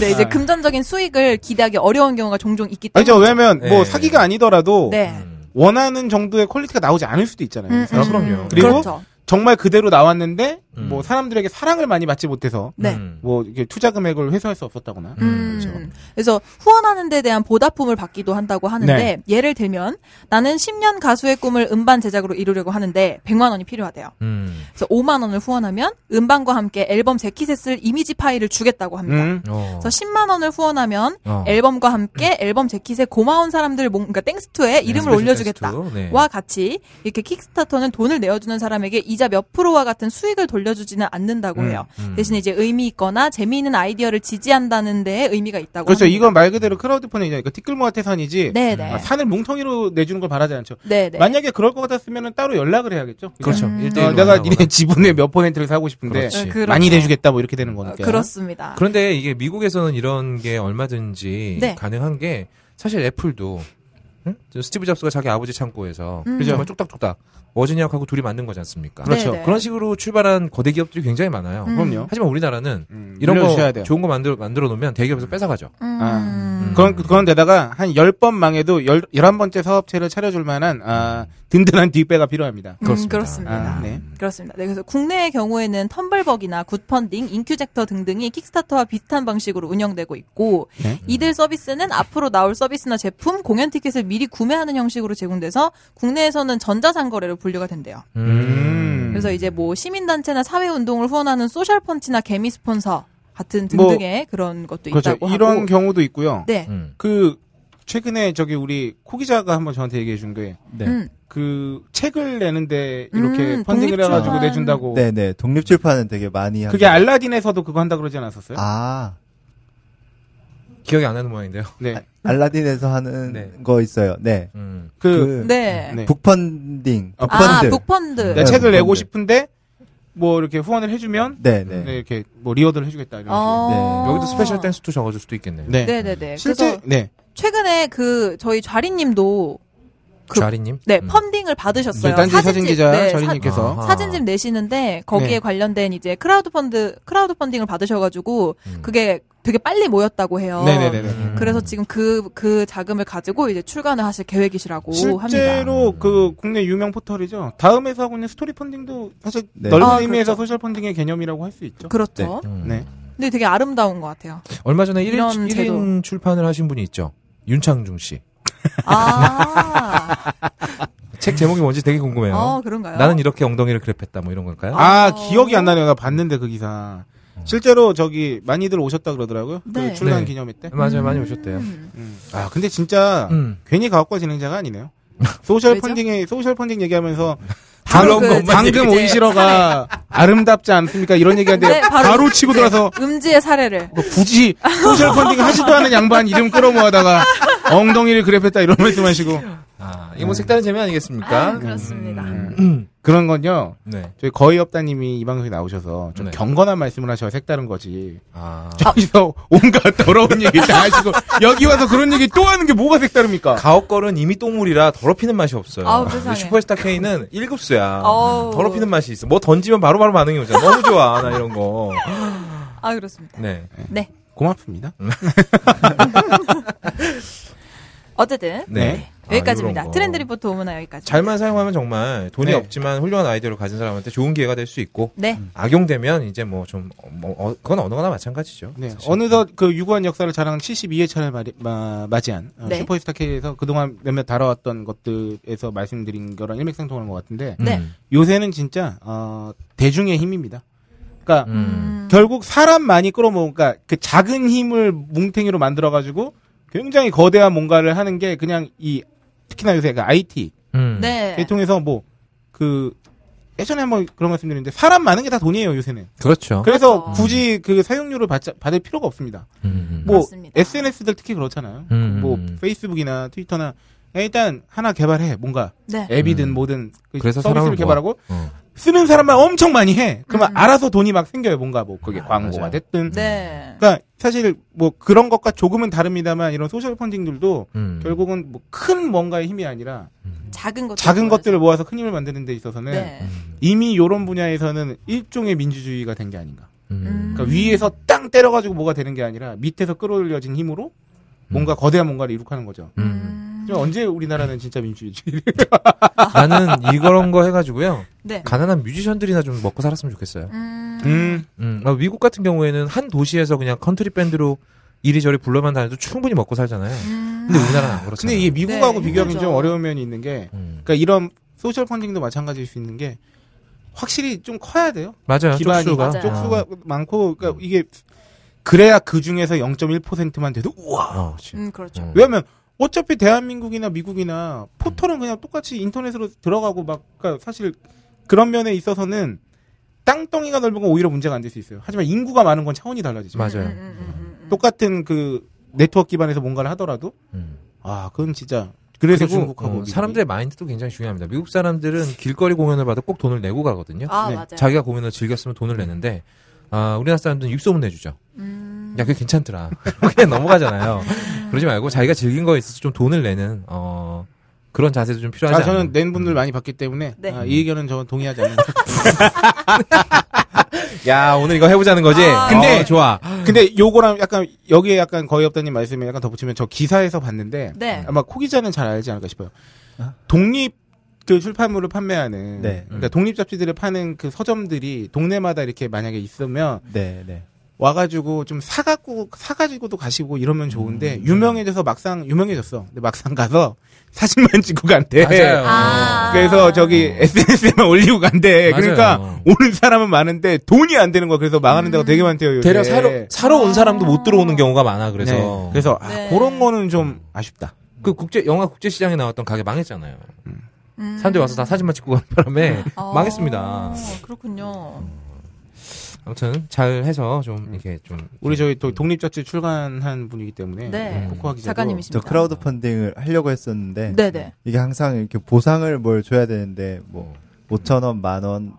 E: 네, 이제
D: 아.
E: 금전적인 수익을 기대하기 어려운 경우가 종종 있기 때문에.
D: 아니죠, 왜냐면,
F: 네.
D: 뭐, 사기가 아니더라도,
E: 네.
F: 음.
D: 원하는 정도의 퀄리티가 나오지 않을 수도 있잖아요.
E: 음,
D: 사실.
F: 아, 그럼요.
D: 그리고
E: 그렇죠.
D: 정말 그대로 나왔는데,
F: 음.
D: 뭐, 사람들에게 사랑을 많이 받지 못해서,
E: 네.
F: 음.
D: 뭐, 이렇게 투자 금액을 회수할 수 없었다거나.
E: 음,
D: 그렇죠.
E: 그래서 후원하는 데 대한 보답품을 받기도 한다고 하는데
D: 네.
E: 예를 들면 나는 10년 가수의 꿈을 음반 제작으로 이루려고 하는데 100만 원이 필요하대요.
F: 음.
E: 그래서 5만 원을 후원하면 음반과 함께 앨범 재킷에 쓸 이미지 파일을 주겠다고 합니다.
D: 음.
F: 어.
E: 그래서 10만 원을 후원하면
F: 어.
E: 앨범과 함께 앨범 재킷에 고마운 사람들 뭔가
D: 네,
E: 땡스투에 이름을
F: 스페셜
E: 올려주겠다.
F: 텍스트. 네.
E: 와 같이 이렇게 킥스타터는 돈을 내어주는 사람에게 이자 몇 프로와 같은 수익을 돌려주지는 않는다고 해요.
F: 음.
E: 대신에 이제 의미 있거나 재미있는 아이디어를 지지한다는 데에 의미가 있다고.
D: 그렇죠.
E: 합니다.
D: 이건 말 그대로 크라우드 펀딩이죠. 그러니까 티끌 모아 태산이지.
E: 네네.
D: 아, 산을 뭉텅이로 내주는 걸 바라지 않죠.
E: 네네.
D: 만약에 그럴 것 같았으면 따로 연락을 해야겠죠.
F: 그렇죠.
E: 음.
F: 일대일로
D: 어, 내가
F: 만나거나.
D: 니네 지분의 몇 퍼센트를 사고 싶은데
F: 그렇지.
E: 그렇죠.
D: 많이 내주겠다 뭐 이렇게 되는 거니까.
E: 어, 그렇습니다.
F: 그런데 이게 미국에서는 이런 게 얼마든지
E: 네.
F: 가능한 게 사실 애플도 응? 저 스티브 잡스가 자기 아버지 창고에서
E: 음.
F: 그죠? 정말 쪽딱쪽딱 워지니아하고 둘이 만든 거지 않습니까?
E: 네,
D: 그렇죠.
E: 네.
F: 그런 식으로 출발한 거대 기업들이 굉장히 많아요.
E: 음.
D: 그럼요.
F: 하지만 우리나라는
D: 음,
F: 이런
D: 물려주셔야
F: 거
D: 돼요.
F: 좋은 거 만들어 만들어 놓으면 대기업에서 뺏어가죠.
E: 음.
D: 아.
F: 음.
D: 그런 그런 데다가 한 10번 망해도 열 11번째 사업체를 차려줄 만한 아, 든든한 뒷배가 필요합니다.
E: 음,
F: 그렇습니다.
E: 그렇습니다.
D: 아, 네.
E: 그렇습니다. 네, 그래서 국내의 경우에는 텀블벅이나 굿펀딩, 인큐젝터 등등이 킥스타터와 비슷한 방식으로 운영되고 있고
D: 네.
E: 이들 서비스는 앞으로 나올 서비스나 제품, 공연 티켓을 미리 구매하는 형식으로 제공돼서 국내에서는 전자상거래로 분류가 된대요.
D: 음.
E: 그래서 이제 뭐 시민단체나 사회운동을 후원하는 소셜펀치나 개미 스폰서 같은 등등의 그런 것도
D: 그렇죠.
E: 있다고
D: 이런
E: 하고
D: 경우도 있고요.
E: 네.
F: 음.
D: 그 최근에 저기 우리 코 기자가 한번 저한테 얘기해 준 게
A: 네.
E: 음.
D: 그 책을 내는데 이렇게
E: 음,
D: 펀딩을 해가지고
E: 독립출판.
D: 내준다고
A: 네네. 독립 출판은 되게 많이
D: 그게
A: 합니다.
D: 알라딘에서도 그거 한다 그러지 않았었어요?
A: 아
F: 기억이 안 나는 모양인데요.
D: 네.
A: 알라딘에서 하는
F: 네.
A: 거 있어요. 네.
F: 음.
D: 그,
A: 그
E: 네.
D: 네.
A: 북펀딩.
D: 아,
E: 아,
A: 북펀드.
E: 북펀드.
D: 내
A: 네,
D: 책을 내고
A: 그런데.
D: 싶은데 뭐 이렇게 후원을 해주면
A: 네네.
D: 네, 이렇게 뭐 리워드를 해주겠다 이런
E: 어.
F: 네. 여기도 스페셜 댄스 투 적어줄 수도 있겠네요.
D: 식으로. 네.
E: 네네네.
D: 실제
E: 그래서
D: 네.
E: 최근에 그 저희 좌리님도 그-
F: 자리님.
E: 네
F: 음.
E: 펀딩을 받으셨어요.
D: 단지 사진 기자
E: 네, 사-
D: 저희님께서
F: 아하.
E: 사진집 내시는데 거기에
D: 네.
E: 관련된 이제 크라우드 펀드 크라우드 펀딩을 받으셔가지고
F: 음.
E: 그게 되게 빨리 모였다고 해요.
A: 아.
D: 네네네네.
F: 음.
E: 그래서 지금 그 그 자금을 가지고 이제 출간을 하실 계획이시라고 합니다.
D: 실제로 그 국내 유명 포털이죠. 다음에서 하고 있는 스토리 펀딩도 사실
A: 네.
D: 넓은
E: 아,
D: 의미에서
E: 그렇죠.
D: 소셜 펀딩의 개념이라고 할 수 있죠.
E: 그렇죠.
F: 음.
D: 네.
E: 근데 되게 아름다운 것 같아요.
F: 얼마 전에 1인,
E: 이런 제도.
F: 출판을 하신 분이 있죠. 윤창중 씨.
E: 아,
F: 책 제목이 뭔지 되게 궁금해요.
E: 아 그런가요?
F: 나는 이렇게 엉덩이를 그랩했다 뭐 이런 걸까요?
D: 아,
E: 아.
D: 기억이 안 나네요. 나 봤는데 그 기사. 실제로 저기 많이들 오셨다 그러더라고요.
E: 네.
D: 그
F: 음.
D: 출간
F: 네.
D: 기념회 때.
F: 맞아요, 많이 오셨대요.
E: 음.
D: 음. 아 근데 진짜
F: 음.
D: 괜히 가업과 진행자가 아니네요. 소셜
E: 왜죠?
D: 펀딩에 소셜 펀딩 얘기하면서
E: 바로
D: 방금-
E: 그
D: 방금
E: 이제
D: 오이시러가 아름답지 않습니까? 그러니까 이런 얘기하는데
E: 네,
D: 바로,
E: 바로
D: 치고 들어서 뭐
E: 음지의 사례를
D: 굳이 소셜 펀딩 하지도 않은 양반 이름 끌어모아다가 엉덩이를 그랩했다 이런 말씀하시고
F: 아, 이게 뭐 색다른 재미 아니겠습니까?
D: 그러니까.
E: 아, 그렇습니다.
D: 음. 그런 건요.
F: 네.
D: 저희 거의 없다님이 이 방송에 나오셔서 좀
F: 네.
D: 경건한 말씀을 하셔야 색다른 거지.
F: 아.
D: 저기서 온갖 더러운 얘기 다 하시고 여기 와서 그런 얘기 또 하는 게 뭐가 색다릅니까?
F: 아. 가옥걸은 이미 똥물이라 더럽히는 맛이 없어요.
E: 아우, 세상에.
F: 슈퍼스타 K는 1급수야.
E: 어우.
F: 더럽히는 맛이 있어. 뭐 던지면 바로바로 반응이 오잖아. 너무 좋아, 나 이런 거.
E: 아 그렇습니다.
F: 네.
D: 음.
E: 네.
D: 고맙습니다.
E: 어쨌든
D: 네.
F: 아,
E: 여기까지입니다.
F: 요런 거.
E: 트렌드 리포트 오문화 여기까지.
F: 잘만 사용하면 정말 돈이
D: 네.
F: 없지만 훌륭한 아이디어를 가진 사람한테 좋은 기회가 될 수 있고
E: 네.
F: 악용되면 이제 뭐 좀 뭐, 어, 그건 언어나 마찬가지죠.
D: 네,
F: 사실.
D: 어느덧 그 유구한 역사를 자랑한 72회차를 마리, 마, 맞이한 어,
E: 네.
D: 슈퍼스타 K에서 그동안 몇몇 다뤄왔던 것들에서 말씀드린 거랑 일맥상통하는 것 같은데
E: 네.
F: 음.
D: 요새는 진짜 어, 대중의 힘입니다. 그러니까
F: 음.
D: 결국 사람 많이 끌어모으니까 그 작은 힘을 뭉탱이로 만들어가지고 굉장히 거대한 뭔가를 하는 게 그냥 이 특히나 요새 그 IT
F: 음.
E: 네.
D: 대통에서 뭐 그 예전에 한번 그런 말씀드렸는데 사람 많은 게 다 돈이에요 요새는.
F: 그렇죠.
D: 그래서
E: 그렇죠.
D: 굳이 그 사용료를 받자, 받을 필요가 없습니다.
F: 음.
D: 뭐
E: 맞습니다.
D: SNS들 특히 그렇잖아요.
F: 음.
D: 뭐 페이스북이나 트위터나 일단 하나 개발해 뭔가
E: 네.
D: 앱이든
F: 음.
D: 뭐든 그
F: 그래서
D: 서비스를
F: 사람을
D: 개발하고
F: 어.
D: 쓰는 사람만 엄청 많이 해. 그러면
E: 음.
D: 알아서 돈이 막 생겨요. 뭔가 뭐 그게
F: 아,
D: 광고가
F: 맞아요.
D: 됐든.
E: 네.
D: 그러니까 사실 뭐 그런 것과 조금은 다릅니다만 이런 소셜 펀딩들도
F: 음.
D: 결국은 뭐 큰 뭔가의 힘이 아니라
E: 작은
D: 그러니까
E: 것
D: 작은 것들을 모아서 큰 힘을 만드는 데 있어서는
E: 네.
D: 이미 이런 분야에서는 일종의 민주주의가 된 게 아닌가.
F: 음.
D: 그러니까 위에서 땅 때려가지고 뭐가 되는 게 아니라 밑에서 끌어올려진 힘으로 뭔가 거대한 뭔가를 이룩하는 거죠.
F: 음.
D: 하지만 언제 우리나라는 진짜 민주주의?
F: 나는 이런 거 해가지고요.
E: 네.
F: 가난한 뮤지션들이나 좀 먹고 살았으면 좋겠어요.
E: 음.
D: 음,
F: 음, 아, 미국 같은 경우에는 한 도시에서 그냥 컨트리 밴드로 이리저리 불러만 다녀도 충분히 먹고 살잖아요.
E: 음.
F: 근데 우리나라는 안 그렇잖아요.
D: 근데 이게 미국하고
E: 네,
D: 비교하기 좀
E: 힘들죠.
D: 어려운 면이 있는 게
F: 음.
D: 그러니까 이런 소셜 펀딩도 마찬가지일 수 있는 게 확실히 좀 커야 돼요.
F: 맞아요. 네,
D: 기반이
F: 쪽수가.
E: 맞아요.
D: 쪽수가 많고 그러니까 이게 그래야 그 중에서 0.1%만 돼도 우와.
F: 아, 어, 지-
E: 음, 그렇죠.
F: 음.
D: 왜냐면 어차피 대한민국이나 미국이나 포털은 그냥 똑같이 인터넷으로 들어가고 막 그러니까 사실 그런 면에 있어서는 땅덩이가 넓은 건 오히려 문제가 안 될 수 있어요. 하지만 인구가 많은 건 차원이 달라지죠.
F: 맞아요.
E: 음, 음, 음, 음, 음.
D: 똑같은 그 네트워크 기반에서 뭔가를 하더라도
F: 음.
D: 아 그건 진짜 그래서
F: 그리고,
D: 중국하고
F: 어,
D: 미국이.
F: 사람들의 마인드도 굉장히 중요합니다. 미국 사람들은 길거리 공연을 봐도 꼭 돈을 내고 가거든요.
E: 아,
D: 네.
E: 맞아요.
F: 자기가 공연을 즐겼으면 돈을 내는데 아, 우리나라 사람들은 입소문 내주죠.
E: 음.
F: 야, 그게 괜찮더라. 그냥 넘어가잖아요. 그러지 말고 자기가 즐긴 거에 있어서 좀 돈을 내는 어, 그런 자세도 좀 필요하지 음.
D: 아,
F: 않나.
D: 저는 낸 분들 많이 봤기 때문에
E: 네.
D: 아, 이 의견은 저는 동의하지 않는다.
F: 야, 오늘 이거 해보자는 거지?
E: 아,
F: 근데
D: 네.
F: 좋아.
D: 근데 요거랑 약간 여기에 약간 거의 없다님 말씀에 약간 덧붙이면 저 기사에서 봤는데
E: 네.
D: 아마 코 기자는 잘 알지 않을까 싶어요. 독립 그 출판물을 판매하는
A: 네.
F: 음.
D: 그러니까 독립 잡지들을 파는 그 서점들이 동네마다 이렇게 만약에 있으면
A: 네, 네.
D: 와가지고 좀 사갖고 사가지고도 가시고 이러면 좋은데
F: 음.
D: 유명해져서 막상 유명해졌어. 근데 막상 가서 사진만 찍고 간대.
F: 맞아요.
E: 아.
D: 그래서 저기 SNS에만 올리고 간대.
F: 맞아요.
D: 그러니까 오는 사람은 많은데 돈이 안 되는 거야. 그래서 망하는
E: 음.
D: 데가 되게 많대요. 요새.
F: 대략 사러, 사러 온 사람도 못 들어오는 경우가 많아, 그래서.
D: 네. 그래서 아,
E: 네.
D: 그런 거는 좀 아쉽다.
F: 그 국제, 영화 국제시장에 나왔던 가게 망했잖아요.
E: 음.
F: 사람들이 와서 다 사진만 찍고 가는 바람에
E: 아,
F: 망했습니다.
E: 그렇군요.
D: 음.
F: 아무튼 잘 해서 좀 이렇게 좀.
D: 우리 저희 또 독립자치 출간한 분이기 때문에 음,
E: 네.
D: 코코아 기자도
A: 저
E: 작가님이십니다.
A: 크라우드 펀딩을 하려고 했었는데
E: 네네.
A: 이게 항상 이렇게 보상을 뭘 줘야 되는데 뭐 5천 원, 만 원,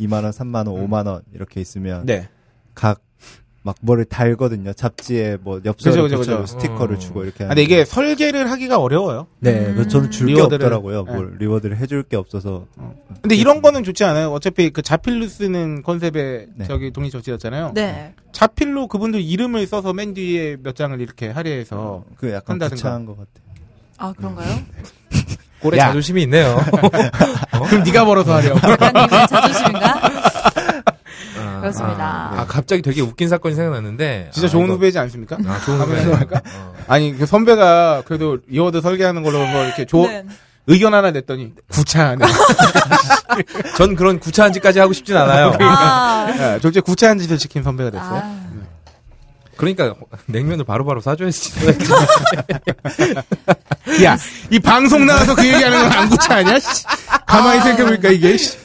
A: 2만 원, 3만 원, 5만 원 이렇게 있으면
D: 네.
A: 각 막 뭐를 달거든요. 잡지에 뭐 엽서를
D: 그죠, 그죠,
A: 붙여주고
D: 그죠.
A: 스티커를
F: 음.
A: 주고 이렇게.
D: 아,
A: 하는데
D: 근데 이게 설계를 하기가 어려워요.
A: 네, 그래서 저는 줄 게
D: 리워드를-
A: 없더라고요.
D: 네.
A: 뭘 리워드를 해줄 게 없어서
D: 근데 이런 거는 좋지 않아요. 어차피 그 자필로 쓰는 컨셉의
A: 네.
D: 저기 독립 저지였잖아요.
E: 네.
D: 자필로 그분들 이름을 써서 맨 뒤에 몇 장을 이렇게
F: 어?
D: 할애해서
A: 그
D: 어.
A: 약간
D: 한다든가.
A: 귀찮은 것 같아요.
E: 아, 그런가요?
D: 음.
F: 꼴에
D: 야.
F: 자존심이 있네요.
D: 그럼 네가 벌어서 하렴.
E: 아, 작가님의 자존심인가?
F: 아,
E: 그렇습니다.
F: 아, 갑자기 되게 웃긴 사건이 생각났는데.
D: 진짜
F: 아,
D: 좋은
F: 이거-
D: 후배지 않습니까?
F: 아, 좋은 후배니까.
D: 후배니까?
F: 어.
D: 아니 그 선배가 그래도 리워드 설계하는 걸로 뭐 이렇게 조
E: 네. 아.
D: 의견 하나 냈더니 구차하네.
F: 전 그런 구차한 짓까지 하고 싶진 않아요.
E: 아.
D: 예, 졸제 구차한 짓을 시킨 선배가 됐어요.
E: 아.
F: 그러니까 냉면을 바로바로 사줘야지.
D: 야, 이 방송 나와서 그 얘기하는 건 안 구차하냐? 씨. 가만히 생각해보니까 이게. 씨.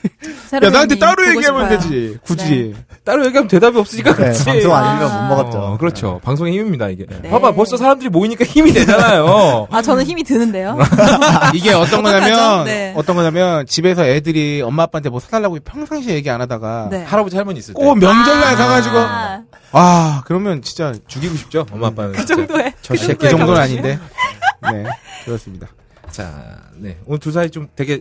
D: 야, 나한테
E: 새로운
D: 따로
E: 아, 보고
D: 얘기하면
E: 싶어요. 네.
D: 되지. 굳이.
F: 따로 얘기하면 대답이 없으니까
A: 네,
F: 그렇지.
A: 방송 아니면
E: 아.
A: 못 먹었죠.
F: 어, 그렇죠. 네. 방송의 힘입니다, 이게. 봐봐, 벌써 사람들이 모이니까 힘이 되잖아요.
E: 아, 저는 힘이 드는데요.
D: 음. 이게 어떤 거냐면,
E: 아, 어떡하죠? 네.
D: 어떤 거냐면, 집에서 애들이 엄마 아빠한테 뭐 사달라고 평상시에 얘기 안 하다가,
E: 네.
F: 할아버지 할머니 있을 때.
D: 꼭 명절날 가가지고,
E: 아,
D: 아, 그러면 진짜,
F: 죽이고 싶죠? 엄마 아빠는. 그
E: 정도에.
F: 저
D: 진짜
F: 새끼
D: 그 정도는
F: 정도는 아니.
D: 아닌데. 네, 그렇습니다.
F: 자, 네. 오늘 두 사이 좀 되게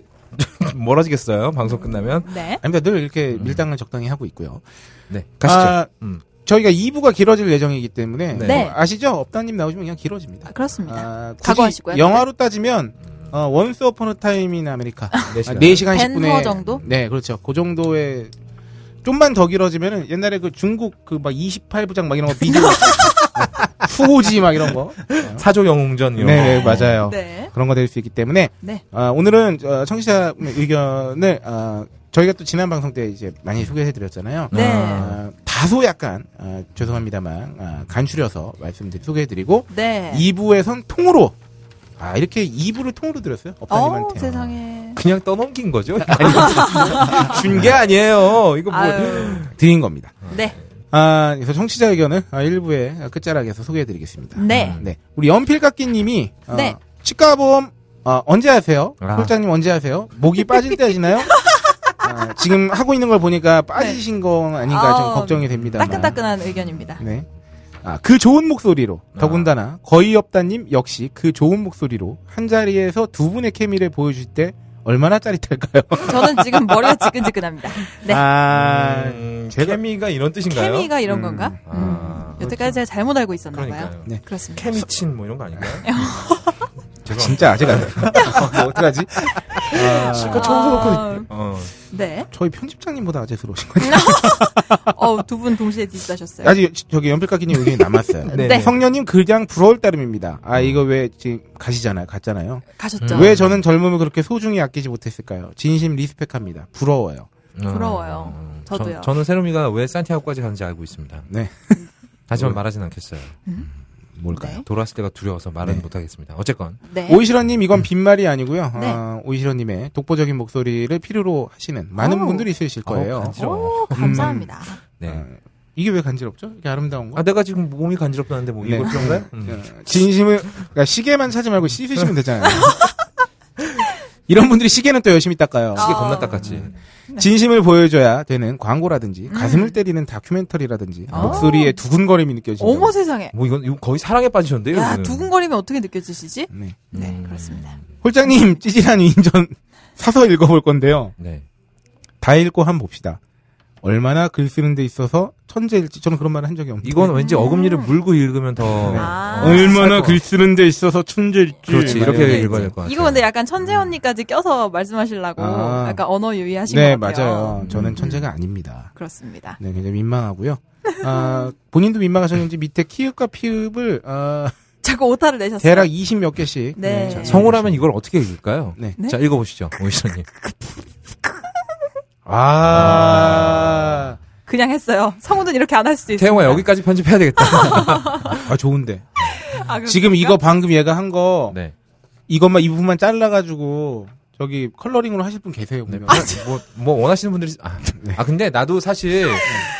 F: 멀어지겠어요. 방송 끝나면.
E: 네.
D: 아닙니다. 늘 이렇게 밀당을 적당히 하고 있고요.
F: 네. 가시죠.
D: 음. 아,
F: 음.
D: 저희가 2부가 길어질 예정이기 때문에
F: 네.
E: 네.
D: 뭐 아시죠? 업다님 나오시면 그냥
E: 아,
D: 길어집니다.
E: 그렇습니다.
D: 아, 굳이
E: 각오하시고요.
D: 영화로 따지면 어, 원스 어폰 타임 인 아메리카
F: 네
D: 아,
F: 시간.
D: 4시간
E: 벤허
D: 10분에
E: 정도?
D: 네, 그렇죠. 그 정도의 좀만 더 길어지면은 옛날에 그 중국 그 막 28부작 막 이런 거 비디오 후고지 막 이런 거.
F: 사조 영웅전
D: 네,
F: 이런
D: 네,
F: 거.
D: 맞아요.
E: 네.
D: 그런 거 될 수 있기 때문에
E: 네.
D: 아, 오늘은 어, 청취자 의견을 아, 저희가 또 지난 방송 때 이제 많이 소개해 드렸잖아요.
E: 네.
D: 아, 다소 약간 아, 죄송합니다만 아, 간추려서 말씀드리 소개해드리고
E: 네.
D: 2부에선 통으로 아 이렇게 2부를 통으로 드렸어요
E: 어우,
D: 업다님한테
E: 세상에.
F: 그냥 떠넘긴 거죠? 준 게 아니에요. 이거 뭐
E: 아유.
D: 드린 겁니다.
E: 네.
D: 아 그래서 청취자 의견을 아, 1부의 끝자락에서 소개해드리겠습니다.
E: 네.
D: 네. 우리 연필깎이님이 어,
E: 네.
D: 치과보험 어, 언제 하세요?
F: 아.
D: 홀장님 언제 하세요? 목이 빠질 때 하시나요? 아, 지금 하고 있는 걸 보니까 빠지신 건 아닌가 좀
E: 아,
D: 걱정이 됩니다.
E: 따끈따끈한 의견입니다.
D: 네. 아, 그 좋은 목소리로
F: 아.
D: 더군다나 거의 없다님 역시 그 좋은 목소리로 한 자리에서 두 분의 케미를 보여줄 때 얼마나 짜릿할까요?
E: 저는 지금 머리가 지끈지끈합니다. 네.
D: 아,
F: 음,
D: 제가-
F: 케미가 이런 뜻인가요?
E: 케미가 이런
D: 음.
E: 건가?
F: 아,
E: 음. 여태까지 제가 잘못 알고 있었나 봐요.
F: 그러니까요.
D: 네.
E: 그렇습니다. 어,
F: 케미친 뭐 이런 거 아닌가요? 죄송합니다.
D: 진짜 아직 안 돼. 뭐 어떡하지? 아,
F: 실컷 처음
E: 아,
F: 써놓고 어.
E: 네.
D: 저희 편집장님보다 아재스러우신 것 같아요.
E: 어, 두 분 동시에 디스하셨어요.
D: 아직 저기 연필깎이님 의견이 남았어요.
E: 네.
F: 네.
D: 성녀님 그냥 부러울 따름입니다. 아 이거 왜 지금 가시잖아요, 갔잖아요.
E: 가셨죠?
D: 왜 저는 젊음을 그렇게 소중히 아끼지 못했을까요? 진심 리스펙합니다. 부러워요.
E: 부러워요. 저도요.
F: 아, 네. 저, 는 세롬이가 왜 산티아고까지 가는지 알고 있습니다.
D: 네,
F: 하지만
D: 음.
F: 말하진 않겠어요. 음,
D: 뭘까요?
E: 네.
F: 돌아왔을 때가 두려워서 말은
D: 네.
F: 못하겠습니다. 어쨌건
E: 네.
D: 오이시러님 이건 빈말이 아니고요.
E: 네.
D: 아, 오이시러님의 독보적인 목소리를 필요로 하시는 많은
E: 오.
D: 분들이 있으실 거예요.
F: 아우, 간지러워.
E: 오, 감사합니다.
F: 네.
D: 아, 이게 왜 간지럽죠? 이게 아름다운 거?
F: 아 내가 지금 몸이 간지럽다는데 뭐
D: 네.
F: 이거 그런가요? 음.
D: 어, 진심을 그러니까 시계만 사지 말고 씻으시면 되잖아요. 이런 분들이 시계는 또 열심히 닦아요.
F: 시계
E: 아.
F: 겁나 닦았지.
D: 음. 진심을 보여줘야 되는 광고라든지 가슴을 때리는 다큐멘터리라든지
E: 음. 아.
D: 목소리에 두근거림이 느껴지죠.
E: 어머 세상에.
F: 뭐 이건 이거 거의 사랑에 빠지셨는데요.
E: 야,
F: 이거는.
E: 두근거리면 어떻게 느껴지시지?
D: 네.
E: 네, 그렇습니다.
D: 홀장님 찌질한 위인전 사서 읽어볼 건데요.
F: 네.
D: 다 읽고 한 번 봅시다. 얼마나 글 쓰는 데 있어서 천재일지 저는 그런 말을 한 적이 없는데
F: 이건 왠지 어금니를 물고 읽으면 더
E: 음. 아.
F: 어,
D: 네. 얼마나
F: 살것
D: 글 쓰는 데 있어서 천재일지
F: 그렇지 이렇게
D: 말이에요. 네,
F: 읽어야 될 것 같아요.
E: 이거 근데 약간 천재 언니까지 껴서 말씀하시려고
D: 아.
E: 약간 언어 유의하신
D: 네
E: 것 같아요.
D: 맞아요. 저는
E: 음,
D: 천재가 아닙니다.
E: 그렇습니다.
D: 네 굉장히 민망하고요. 아, 본인도 민망하셨는지 밑에 키읔과 피읍을 아,
E: 자꾸 오타를 내셨어요.
D: 대략 20 몇 개씩
E: 네.
D: 자,
F: 성우라면 이걸 어떻게 읽을까요?
D: 네.
E: 네?
F: 자 읽어보시죠, 오이선님.
D: 아,
E: 그냥 했어요. 성우는 이렇게 안 할 수도 있어요.
F: 태영아 여기까지 편집해야 되겠다.
D: 아 좋은데.
E: 아,
D: 지금 이거 방금 얘가 한 거
F: 네.
D: 이것만 이 부분만 잘라가지고 저기 컬러링으로 하실 분 계세요. 분명.
F: 뭐, 뭐 원하시는 분들이 아,
D: 네.
F: 아, 근데 나도 사실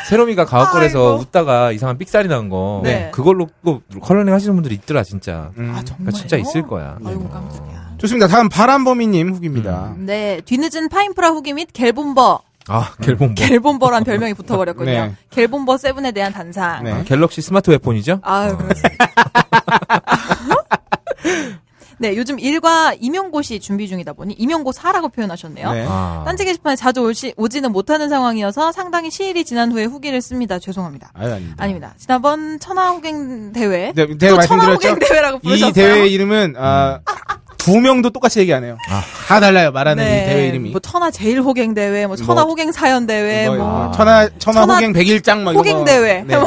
F: 세롬이가 가옥걸에서
E: 아이고.
F: 웃다가 이상한 삑살이 난 거
E: 네.
F: 그걸로 또 컬러링 하시는 분들이 있더라 진짜.
D: 음.
E: 아
F: 그러니까
E: 정말.
F: 진짜 있을 거야.
E: 아이고
F: 어.
E: 깜짝이야.
D: 좋습니다. 다음 바람범이님 후기입니다.
F: 음.
E: 네, 뒤늦은 파인프라 후기 및 갤본버,
F: 아 갤본 뭐?
E: 갤본버란 별명이 붙어버렸거든요.
D: 네.
E: 갤본버 세븐에 대한 단상.
D: 네.
F: 아, 갤럭시 스마트 웨폰이죠?
E: 아유,
F: 어.
E: 그렇습니다. 네, 요즘 일과 임용고시 준비 중이다 보니 임용고사라고 표현하셨네요.
D: 네.
F: 아.
E: 딴지 게시판에 자주 오시, 오지는 못하는 상황이어서 상당히 시일이 지난 후에 후기를 씁니다. 죄송합니다.
D: 아유, 아닙니다.
E: 아닙니다. 지난번 천하호갱 대회
D: 네,
E: 또
D: 제가 말씀드렸죠.
E: 천하호갱 대회라고 부르셨어요.
D: 이 대회 이름은 아, 두 명도 똑같이 얘기 안 해요.
F: 아.
D: 다 달라요. 말하는 이 대회 이름이.
E: 뭐 천하 제일 호갱 대회, 뭐 천하
D: 뭐,
E: 호갱 사연 대회,
D: 뭐,
E: 뭐
F: 아.
D: 천하 천하
E: 천하-
D: 호갱 백일장 막 이런
E: 호갱
D: 거.
E: 대회. 뭐
D: 네.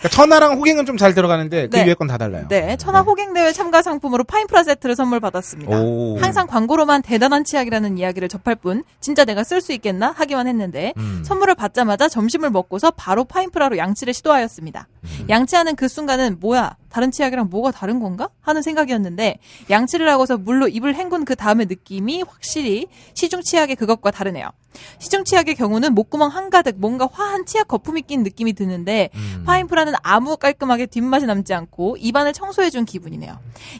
D: 그러니까 천하랑 호갱은 좀 잘 들어가는데 그
E: 네.
D: 위에 건 다 달라요.
E: 네, 천하 호갱 대회 참가 상품으로 파인프라 세트를 선물 받았습니다.
F: 오.
E: 항상 광고로만 대단한 치약이라는 이야기를 접할 뿐 진짜 내가 쓸 수 있겠나 하기만 했는데
F: 음.
E: 선물을 받자마자 점심을 먹고서 바로 파인프라로 양치를 시도하였습니다.
D: 음.
E: 양치하는 그 순간은 뭐야 다른 치약이랑 뭐가 다른 건가 하는 생각이었는데 양치를 하고서 물로 입을 헹군 그 다음의 느낌이 확실히 시중 치약의 그것과 다르네요. 시중 치약의 경우는 목구멍 한가득 뭔가 화한 치약 거품이 낀 느낌이 드는데
F: 음.
E: 파인프라는 아무 깔끔하게 뒷맛이 남지 않고 입안을 청소해준 기분이네요.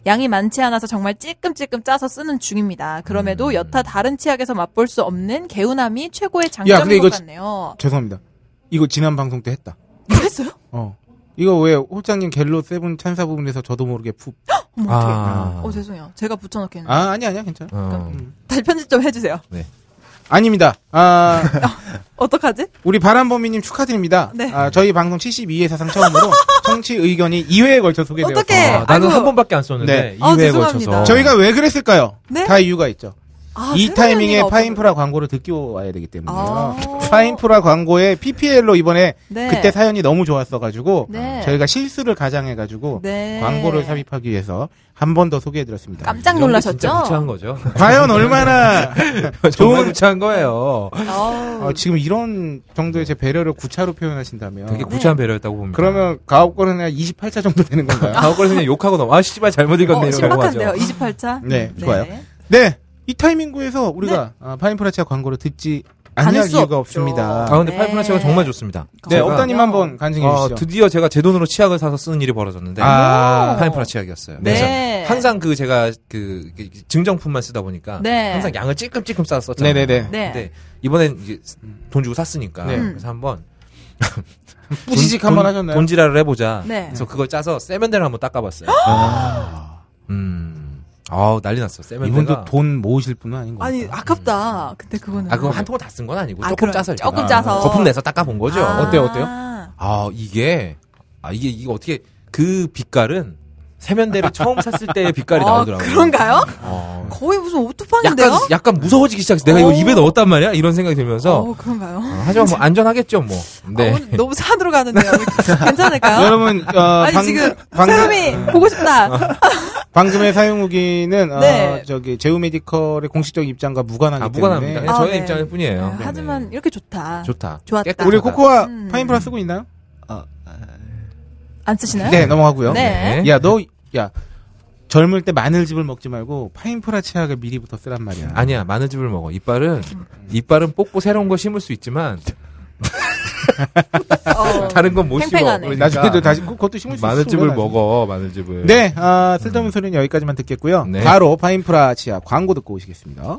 E: 양이 많지 않아서 정말 찔끔찔끔 짜서 쓰는 중입니다. 그럼에도
D: 음.
E: 여타 다른 치약에서 맛볼 수 없는 개운함이 최고의 장점인
D: 근데 이거
E: 것 같네요.
D: 죄송합니다. 이거 지난 방송 때 했다.
E: 이거 했어요?
D: 어. 이거 왜 호장님 갤로 세븐 찬사 부분에서 아, 저도 모르게 푹.
E: 어머,
F: 아.
E: 어떡해. 어, 죄송해요. 제가 붙여넣겠는데.
D: 아, 아니 아니야. 괜찮아.
F: 어.
E: 다시 편집 좀 해주세요.
D: 아닙니다. 아,
E: 어떡하지?
D: 우리 바람범이님 축하드립니다.
E: 네.
D: 아, 저희 방송 72회 사상 처음으로 청취 의견이 2회에 걸쳐 소개되었습니다.
E: 어떡해.
G: 아, 나는
E: 네, 아이고.
G: 한 번밖에 안 썼는데
D: 네.
E: 아,
G: 2회에
E: 죄송합니다.
F: 어.
G: 걸쳐서.
D: 저희가 왜 그랬을까요?
E: 네?
D: 다 이유가 있죠.
E: 아,
D: 이
E: 생각날
D: 타이밍에
E: 리가 없어.
D: 파인프라 광고를 듣고 와야 되기 때문에요.
E: 아.
D: 파인프라 광고에 PPL로 이번에
E: 네.
D: 그때 사연이 너무 좋았어가지고
E: 네.
D: 저희가 실수를 가장해가지고
E: 네.
D: 광고를 삽입하기 위해서 한 번 더 소개해드렸습니다.
E: 깜짝
G: 이런 게 진짜
E: 놀라셨죠?
G: 무차한 거죠.
D: 과연 얼마나
G: 정말
D: 좋은-
G: 무차한 거예요.
E: 아우.
D: 어, 지금 이런 정도의 제 배려를 구차로 표현하신다면
E: 네.
G: 되게 무차한 배려였다고 봅니다.
D: 그러면 가옥권은 한 28차 정도 되는 건가요?
G: 다음 걸 그냥 욕하고 넘어. 아, 씨발, 잘못 읽었네요.
E: 어,
G: 이러고
E: 신박한데요.
G: 하죠.
E: 28차.
D: 네, 좋아요. 네, 이 타이밍구에서 우리가 아, 파인프라치아 광고를 듣지 않을
E: 않을 수
D: 이유가
E: 없죠.
D: 없습니다.
F: 아, 근데
E: 네.
F: 파이프나치가 정말 좋습니다.
D: 어. 네,
F: 제가,
D: 업다님 한번 간증해
F: 어,
D: 주시죠.
F: 드디어 제가 제 돈으로 치약을 사서 쓰는 일이 벌어졌는데
D: 아,
F: 파인프라 치약이었어요.
E: 네.
F: 그래서 항상 그 제가 그 증정품만 쓰다 보니까
E: 네.
F: 항상 양을 찔끔찔끔 쌓았었잖아요
D: 네네네.
E: 네.
F: 근데 이번엔 이제 돈 주고 샀으니까
D: 네.
F: 그래서 한번
D: 뿌시직 한번 하셨나요?
F: 돈지랄을 해보자.
E: 네.
F: 그래서 그걸 짜서 세면대를 한번 닦아봤어요. 음, 아 난리 났어. 세면대가.
D: 이분도 돈 모으실 분은 네, 아닌 것
E: 아니,
D: 같아요.
E: 아깝다. 근데 그거는.
F: 아 그거 한 통을 다 쓴 건 아니고
E: 아,
F: 조금
E: 그럼
F: 짜서 일단.
E: 조금 짜서.
F: 거품 내서 닦아본 거죠.
E: 아.
F: 어때요, 어때요? 아 이게 아 이게 이거 어떻게 그 빛깔은 세면대를 처음 샀을 때의 빛깔이
E: 아,
F: 나오더라고요.
E: 그런가요?
F: 어.
E: 거의 무슨
F: 약간
E: 오뚜방인데요?
F: 약간 무서워지기 시작했어. 내가 이거
E: 어.
F: 입에 넣었단 말이야. 이런 생각이 들면서
E: 어, 그런가요?
F: 어, 하지만 뭐 안전하겠죠, 뭐.
E: 아,
F: 네.
E: 오늘 너무 산으로 가는데요. 괜찮을까요?
D: 여러분, 어,
E: 아니
D: 방,
E: 지금
D: 방금,
E: 세롬이 보고
F: 아,
E: 싶다.
D: 방금의 사용 후기는 어,
E: 네.
D: 저기 제우 메디컬의 공식적 입장과 무관하기
F: 아
D: 때문에
F: 무관합니다.
E: 아,
F: 저의
E: 네.
F: 입장일 뿐이에요.
E: 네, 하지만
F: 네.
E: 이렇게 좋다.
F: 좋다.
E: 좋았다.
F: 깨끗하다.
D: 우리 코코아
E: 음.
D: 파인프라 쓰고 있나요?
A: 아,
E: 안 쓰시나요?
D: 네, 넘어가고요.
E: 네.
F: 예?
D: 야, 너, 야, 젊을 때 마늘즙을 먹지 말고 파인프라 치약을 미리부터 쓰란 말이야.
F: 아니야 마늘즙을 먹어. 이빨은 이빨은 뽑고 새로운 거 심을 수 있지만
E: 어,
F: 다른 건 못 심어.
E: 팽팽하네.
F: 그러니까
D: 나중에도 다시 그- 그것도 심을 수
F: 마늘즙을
D: 있어,
F: 먹어. 마늘즙을.
D: 네, 아, 쓸데없는 소리는 여기까지만 듣겠고요.
F: 네.
D: 바로 파인프라 치약 광고 듣고 오시겠습니다.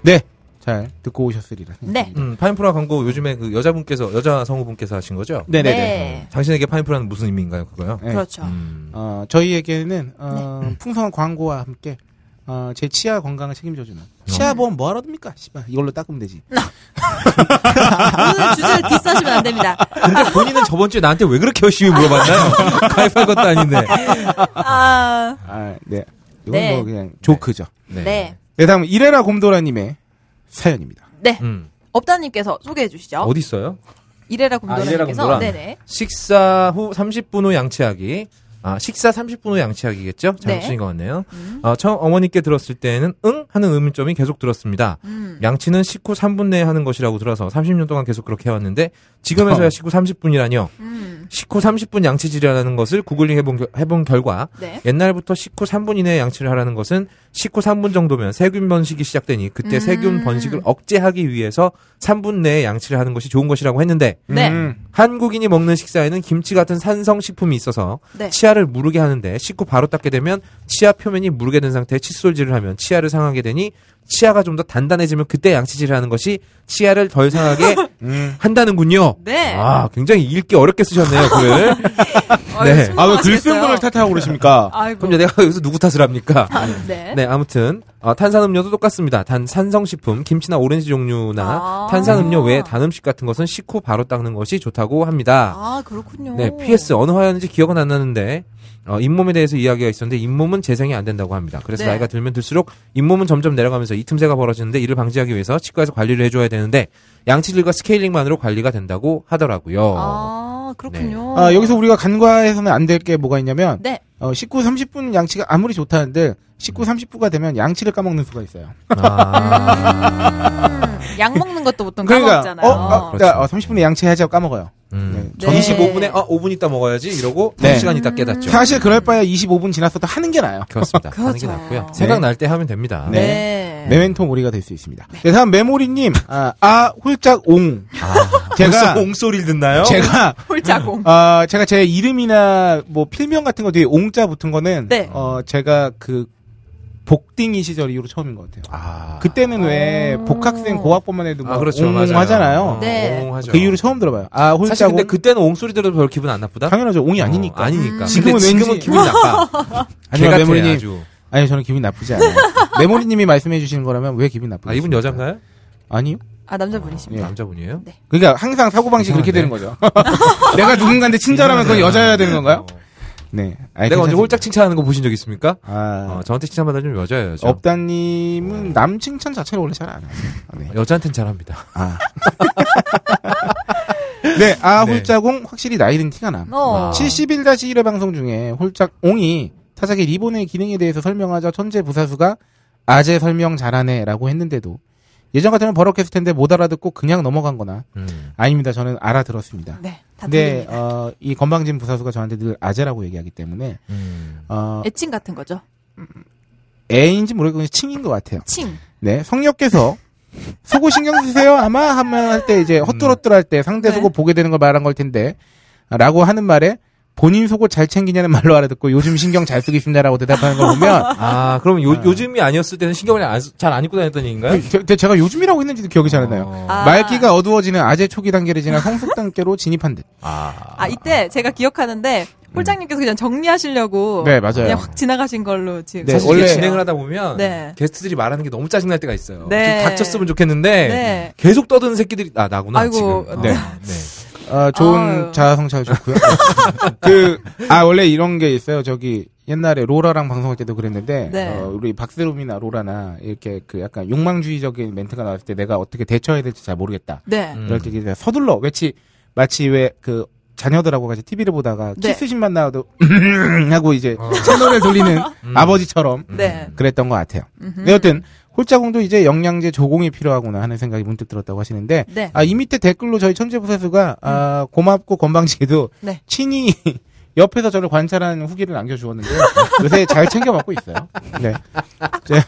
D: 네, 잘 듣고 오셨으리라.
E: 네.
F: 음, 파인프라 광고 요즘에 그 여자분께서 여자 성우분께서 하신 거죠?
D: 네, 네, 네.
E: 네.
F: 당신에게 파인프라는 무슨 의미인가요, 그거요?
D: 네.
E: 그렇죠. 네.
F: 음.
D: 어, 저희에게는 어, 풍성한 광고와 함께 어, 제 치아 건강을 책임져주는
F: 음.
D: 치아 보험 뭐하러 듭니까? 씨발 이걸로 닦으면 되지.
E: 오늘 주제를 디스하시면 안 됩니다.
F: 근데 본인은 저번 주에 나한테 왜 그렇게 열심히 물어봤나요? 가입할 것도 아닌데.
E: 아,
D: 아, 네. 이건
E: 네.
D: 뭐 그냥 조크죠.
F: 네.
E: 네.
D: 네, 다음 이래라 곰돌아님의 사연입니다.
E: 네.
F: 음.
E: 업다님께서 소개해 주시죠.
F: 어디 있어요?
E: 이래라
F: 아, 이래라
E: 곰돌아님께서.
F: 곰돌아.
E: 네네.
F: 식사 후 30분 후 양치하기. 아, 식사 30분 후 양치하기겠죠? 잘못
E: 네.
F: 쓰인 것 같네요. 어, 처음 어머니께 들었을 때는 응? 하는 의문점이 계속 들었습니다.
E: 음.
F: 양치는 식후 3분 내에 하는 것이라고 들어서 30년 동안 계속 그렇게 해왔는데 지금에서야 식후 30분이라뇨.
E: 어. 음.
F: 식후 30분 양치질이라는 것을 구글링 해본, 겨- 해본 결과
E: 네.
F: 옛날부터 식후 3분 이내에 양치를 하라는 것은 식후 3분 정도면 세균 번식이 시작되니 그때
E: 음.
F: 세균 번식을 억제하기 위해서 3분 내에 양치를 하는 것이 좋은 것이라고 했는데
E: 네.
D: 음,
F: 한국인이 먹는 식사에는 김치 같은 산성 식품이 있어서
E: 네.
F: 치아를 무르게 하는데 식후 바로 닦게 되면 치아 표면이 무르게 된 상태에 칫솔질을 하면 치아를 상하게 되니 치아가 좀 더 단단해지면 그때 양치질을 하는 것이 치아를 덜 상하게
D: 음.
F: 한다는군요.
E: 네.
F: 아, 굉장히 읽기 어렵게 쓰셨네요, 글을. 네.
D: 아, 왜 글쓴 분을 탓하고 그러십니까?
E: 아이고.
F: 그럼 이제 내가 여기서 누구 탓을 합니까?
E: 아, 네.
F: 네, 아무튼 어, 탄산음료도 똑같습니다. 단 산성식품, 김치나 오렌지 종류나
E: 아.
F: 탄산음료 외에 단 음식 같은 것은 식후 바로 닦는 것이 좋다고 합니다.
E: 아, 그렇군요.
F: 네, PS 어느 화였는지 기억은 안 나는데 어, 잇몸에 대해서 이야기가 있었는데 잇몸은 재생이 안 된다고 합니다. 그래서
E: 네.
F: 나이가 들면 들수록 잇몸은 점점 내려가면서 이 틈새가 벌어지는데 이를 방지하기 위해서 치과에서 관리를 해줘야 되는데 양치질과 스케일링만으로 관리가 된다고 하더라고요.
E: 아, 그렇군요.
D: 아, 여기서 우리가 간과해서는 안 될 게 뭐가 있냐면
E: 네.
D: 어, 식후 30분 양치가 아무리 좋다는데 식후 30분가 되면 양치를 까먹는 수가 있어요. 아.
F: 아,
E: 음, 약 먹는 것도 보통 까먹잖아요. 네.
D: 어, 아,
F: 그렇죠.
D: 나, 어, 30분에 양치해야지 하고 까먹어요.
F: 음.
D: 네. 전-
F: 25분에 어 5분 있다 먹어야지 이러고
D: 네.
F: 1시간 있다
E: 음.
F: 깨닫죠.
D: 사실 그럴 바야 25분 지났어도 하는 게 나아요.
F: 그렇습니다. 하는 게
E: 그렇죠.
F: 낫고요. 생각날 때 하면 됩니다.
E: 네.
D: 네. 메멘토 모리가 될 수 있습니다. 네, 다음 메모리님, 아, 아, 홀짝 옹. 제가,
G: 아, 벌써 옹소리를 듣나요?
D: 제가,
E: 홀자공.
D: 아, 제가 제 이름이나 뭐 필명 같은 거 뒤에 옹자 붙은 거는,
E: 네.
D: 어, 제가 그, 복딩이 시절 이후로 처음인 것 같아요.
F: 아,
D: 그때는 왜
E: 어.
D: 복학생 고학번만 해도 막
F: 아, 그렇죠.
D: 옹
F: 맞아요.
D: 하잖아요.
F: 어,
E: 네.
F: 옹하죠.
D: 그 이후로 처음 들어봐요. 아,
F: 사실
D: 홀짝
F: 근데
D: 옹.
F: 그때는 옹소리 들어도 별로 기분 안 나쁘다?
D: 당연하죠. 옹이
F: 어,
D: 아니니까.
F: 아니니까.
D: 지금은
F: 근데 지금은
D: 왠지-
F: 기분이 나빠.
D: 아니요,
F: 걔
D: 메모리님.
F: 같아, 아주.
D: 아니, 저는 기분 나쁘지 않아요. 메모리님이 말씀해 주시는 거라면 왜 기분 나쁘죠?
F: 아, 이분 여잔가요?
D: 아니요.
E: 아
F: 예.
E: 남자분이십니다.
F: 남자분이에요?
D: 그러니까 항상 사고방식 그렇게 되는 거죠. 내가 누군가한테 친절하면 그건 여자여야 되는 건가요? 네. 아니,
F: 어. 내가 언제
D: 괜찮습니다.
F: 홀짝 칭찬하는 거 보신 적 있습니까?
D: 아,
F: 어, 그렇죠. 저한테 칭찬받아 좀 여자예요. 저.
D: 업다님은 남 칭찬 자체를 원래 잘 안 해요. 네.
F: 여자한텐 잘합니다.
D: 아. 네, 아,
F: 네.
D: 홀짝옹 확실히 나이든 티가 나.
E: 어.
F: 아.
D: 71-1회 방송 중에 홀짝옹이 타자기 리본의 기능에 대해서 설명하자 천재 부사수가 아재 설명 잘하네 라고 했는데도 예전 같으면 버럭했을 텐데 못 알아듣고 그냥 넘어간 거나
F: 음.
D: 아닙니다. 저는 알아들었습니다.
E: 네. 다
D: 근데
E: 들립니다.
D: 어, 이 건방진 부사수가 저한테 늘 아재라고 얘기하기 때문에
F: 음.
D: 어,
E: 애칭 같은 거죠.
D: 애인지 모르겠고 그냥 칭인 것 같아요.
E: 칭.
D: 네, 성녀께서 수고 신경 쓰세요. 아마 하면 할 때 이제 허뚤허뚤 할때 상대
E: 네.
D: 속옷 보게 되는 걸 말한 걸 텐데 라고 하는 말에 본인 속옷 잘 챙기냐는 말로 알아듣고 요즘 신경 잘 쓰고 있습니다라고 대답하는 걸 보면
F: 아, 그럼 요, 요즘이 아니었을 때는 신경을 잘 안 입고 다녔던 얘기인가요?
D: 제- 제- 제가 요즘이라고 했는지도 기억이 잘 안 나요.
F: 어.
E: 아.
D: 말기가 어두워지는 아재 초기 단계를 지나 성숙 단계로 진입한 듯.
F: 아.
E: 아 이때 제가 기억하는데 홀장님께서 그냥 정리하시려고
D: 음. 네, 맞아요.
E: 그냥 확 지나가신 걸로 지금.
D: 네,
F: 사실
D: 원래-
F: 이게 진행을 하다 보면
E: 네.
F: 게스트들이 말하는 게 너무 짜증날 때가 있어요.
E: 네.
F: 좀 닥쳤으면 좋겠는데
E: 네.
F: 계속 떠드는 새끼들이 아 나구나
E: 아이고.
F: 지금.
D: 네.
F: 아, 네.
D: 아, 좋은
E: 아유.
D: 자아성찰 좋고요. 그, 아, 원래 이런 게 있어요. 저기, 옛날에 로라랑 방송할 때도 그랬는데,
E: 네.
D: 어, 우리 박세롬이나 로라나, 이렇게 그 약간 욕망주의적인 멘트가 나왔을 때 내가 어떻게 대처해야 될지 잘 모르겠다.
E: 네.
F: 음.
D: 그럴 때 이제 서둘러. 외치, 마치 왜 그, 자녀들하고 같이 TV를 보다가
E: 네.
D: 키스신만 나와도, 하고 이제 채널을 돌리는 아버지처럼
E: 네.
D: 그랬던 것 같아요.
E: 음흠.
D: 네, 여튼 홀자공도 이제 영양제 조공이 필요하구나 하는 생각이 문득 들었다고 하시는데
E: 네.
D: 아, 이 밑에 댓글로 저희 천재부사수가 아, 고맙고 건방지게도
E: 네.
D: 친히 옆에서 저를 관찰하는 후기를 남겨주었는데 요새 잘 챙겨 먹고 있어요. 네. 제-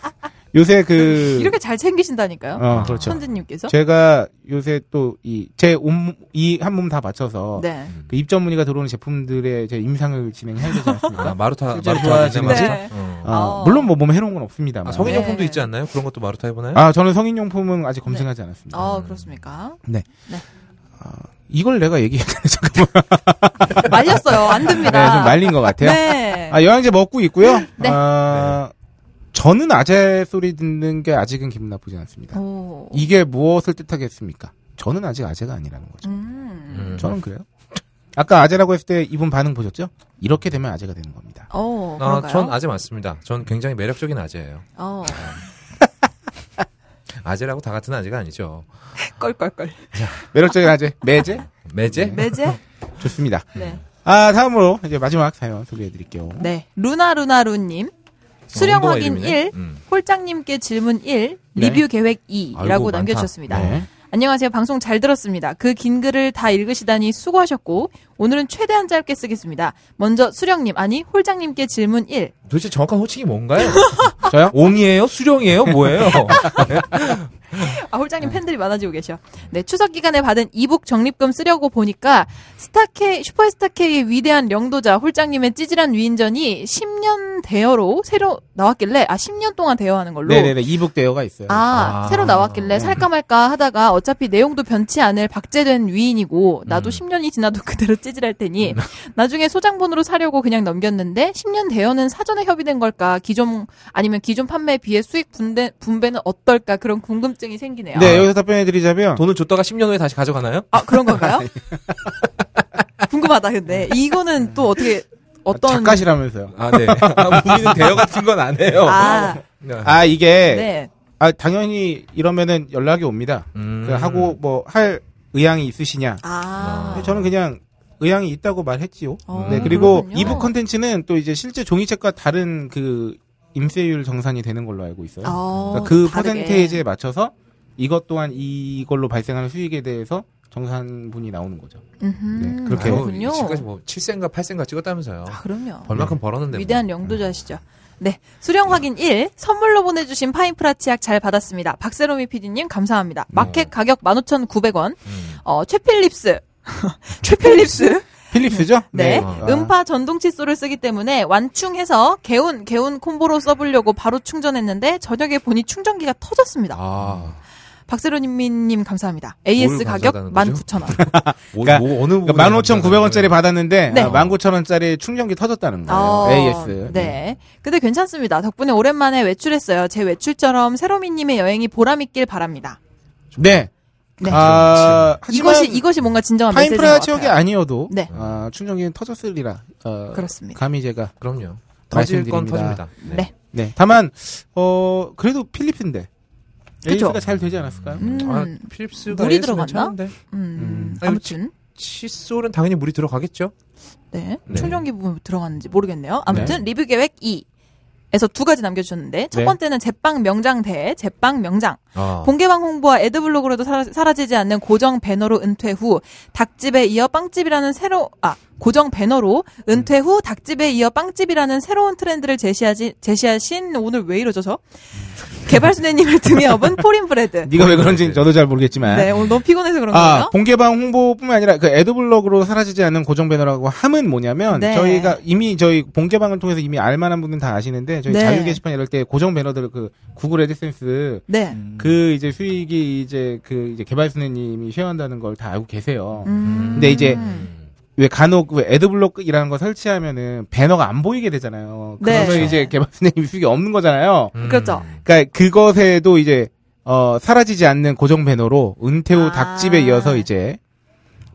D: 요새 그
E: 이렇게 잘 챙기신다니까요.
D: 어, 그렇죠.
E: 천진님께서.
D: 제가 요새 또 이 제 온 이 한 몸 다 맞춰서
E: 네.
D: 그 입점 문의가 들어오는 제품들의 제 임상을 진행해야
F: 아,
D: 되지 않습니까?
F: 마루타
D: 실제로
F: 마루타
D: 좋아하시는
F: 마루타?
E: 네.
F: 어.
D: 어,
E: 어.
D: 물론 뭐 몸에 해로운 건 없습니다만.
F: 아, 성인용품도
E: 네.
F: 있지 않나요? 그런 것도 마루타 해보나요?
D: 아, 저는 성인용품은 아직 검색하지 않았습니다.
E: 아 그렇습니까?
D: 이걸 내가 얘기했는데 잠깐
E: 말렸어요. 안 됩니다.
D: 뭐, 네, 좀 말린 것 같아요.
E: 네.
D: 아, 영양제 먹고 있고요.
E: 네.
D: 아, 저는 아재 소리 듣는 게 아직은 기분 나쁘지 않습니다.
E: 오.
D: 이게 무엇을 뜻하겠습니까? 저는 아직 아재가 아니라는 거죠.
E: 음.
F: 음.
D: 저는 그래요. 아까 아재라고 했을 때 이분 반응 보셨죠? 이렇게 되면 아재가 되는 겁니다.
E: 어,
F: 아,
E: 그런가요?
F: 전 아재 맞습니다. 전 굉장히 매력적인 아재예요.
E: 어,
F: 아재라고 다 같은 아재가 아니죠.
E: 껄껄껄.
D: 매력적인 아재, 매제?
F: 매제?
E: 매제?
D: 좋습니다.
E: 네.
D: 아, 다음으로 이제 마지막 사연 소개해 드릴게요.
E: 네. 루나루나루님. 수령
F: 운동화
E: 확인
F: 이름이네.
E: 1,
F: 음.
E: 홀장님께 질문 1,
D: 네.
E: 리뷰 계획 2라고
F: 아이고,
E: 남겨주셨습니다.
F: 많다.
D: 네.
E: 안녕하세요. 방송 잘 들었습니다. 그 긴 글을 다 읽으시다니 수고하셨고, 오늘은 최대한 짧게 쓰겠습니다. 먼저 수령님, 아니, 홀장님께 질문 1.
F: 도대체 정확한 호칭이 뭔가요?
D: 저요?
F: 옹이에요? 수령이에요? 뭐예요?
E: 아, 홀장님 팬들이 많아지고 계셔. 네, 추석 기간에 받은 이북 적립금 쓰려고 보니까 스타K, 슈퍼스타K의 위대한 영도자 홀장님의 찌질한 위인전이 10년 대여로 새로 나왔길래, 아, 10년 동안 대여하는 걸로.
D: 네네네, 네. 이북 대여가 있어요.
E: 아,
F: 아.
E: 새로 나왔길래 살까 말까 하다가 어차피 내용도 변치 않을 박제된 위인이고
D: 음.
E: 나도 10년이 지나도 그대로 찌질할 테니 나중에 소장본으로 사려고 그냥 넘겼는데 10년 대여는 사전에 협의된 걸까 기존 아니면 기존 판매에 비해 수익 분배, 분배는 어떨까 그런 궁금증이 생기네요.
D: 네, 여기서 답변해 드리자면
F: 돈을 줬다가 10년 후에 다시 가져가나요?
E: 아 그런 건가요? 궁금하다 근데 이거는 또 어떻게 어떤
D: 네. 작가시라면서요.
F: 아, 네. 아, 우리는 대여 같은 건 안 해요.
E: 아,
D: 아, 이게
E: 네.
D: 아, 당연히 이러면은 연락이 옵니다.
F: 음.
D: 그 하고 뭐 할 의향이 있으시냐?
E: 아.
D: 저는 그냥 의향이 있다고 말했지요.
E: 어,
D: 네, 그리고
E: 그렇군요.
D: 이북 컨텐츠는 또 이제 실제 종이책과 다른 그 임세율 정산이 되는 걸로 알고 있어요.
E: 어,
D: 그러니까 그
E: 다르게.
D: 퍼센테이지에 맞춰서 이것 또한 이걸로 발생하는 수익에 대해서 정산분이 나오는 거죠.
E: 음흠,
D: 네, 그렇게
F: 아유,
E: 그렇군요.
F: 지금까지 뭐 7세인가 8세인가 찍었다면서요.
E: 아, 그럼요.
D: 네.
F: 벌만큼 벌었는데. 뭐.
E: 위대한 영도자시죠. 네. 수령 확인 1. 선물로 보내주신 파인프라 치약 잘 받았습니다. 박세롬이 PD님
D: 네.
E: 감사합니다. 마켓 가격 15,900원.
F: 음.
E: 어, 최필립스. 최필립스?
D: 필립스죠?
E: 네.
D: 아.
E: 음파 전동 칫솔을 쓰기 때문에 완충해서 개운, 개운 콤보로 써보려고 바로 충전했는데 저녁에 보니 충전기가 터졌습니다.
F: 아,
E: 박세로님 감사합니다. AS 가격
F: 감사하다는 거죠?
E: 19,000원.
F: 뭐,
D: 그러니까-
F: 뭐 어느 부분이
D: 그러니까 15,900원짜리 받았는데
E: 네.
D: 아, 19,000원짜리 충전기 터졌다는 거예요. AS.
E: 어. 네. 근데 괜찮습니다. 덕분에 오랜만에 외출했어요. 제 외출처럼 세로미님의 여행이 보람있길 바랍니다.
D: 네.
E: 네.
D: 아, 하지만
E: 이것이, 이것이 뭔가 진정한 메시지인 것
D: 파인프라
E: 같아요.
D: 지역이 아니어도
E: 네.
D: 아, 충전기는 터졌으리라. 어,
E: 그렇습니다.
D: 감히 제가
F: 그럼요. 터질 건
D: 말씀드립니다.
F: 터집니다.
E: 네.
D: 네. 다만 어 그래도 필리핀데
E: 그죠?
D: AS가 잘 되지 않았을까요?
E: 음,
F: 아, 필립스가
E: 물이
F: AS 면
E: 들어갔나?
F: 괜찮은데?
E: 음,
F: 아니,
E: 아무튼.
F: 칫솔은 당연히 물이 들어가겠죠.
E: 네.
F: 네.
E: 충전기 부분 들어갔는지 모르겠네요. 아무튼 리뷰 계획 2. 에서 두 가지 남겨주셨는데 첫
D: 네.
E: 번째는 제빵 명장 대 제빵 명장
F: 아.
D: 어.
E: 공개방 홍보와 애드블로그로도 사라, 지지 않는 고정 배너로 은퇴 후 닭집에 이어 빵집이라는 새로 아 고정 배너로 은퇴
D: 음.
E: 후 닭집에 이어 빵집이라는 새로운 트렌드를 제시하지 제시하신 오늘 왜 이러죠 저 개발수뇌님을 등에 업은 포린브레드
D: 네가 왜 그런지는 저도 잘 모르겠지만
E: 네 오늘 너무 피곤해서 그런
D: 아,
E: 거예요
D: 공개방 홍보뿐만 아니라 그 애드블럭으로 사라지지 않은 고정 배너라고 함은 뭐냐면
E: 네.
D: 저희가 이미 저희 공개방을 통해서 이미 알만한 분은 다 아시는데 저희
E: 네.
D: 자유 게시판 이럴 때 고정 배너들 그 구글 애드센스
E: 네
D: 그 이제 수익이 이제 그 이제 개발수님이 쉐어한다는 걸 다 알고 계세요.
E: 음.
D: 근데 이제 왜 간혹 왜 애드블록이라는 거 설치하면은 배너가 안 보이게 되잖아요.
E: 네.
D: 그래서 이제 개발수님이 수익이 없는 거잖아요.
F: 음.
E: 그렇죠
D: 그러니까 그것에도 이제 어 사라지지 않는 고정 배너로 은퇴 후
E: 아.
D: 닭집에 이어서 이제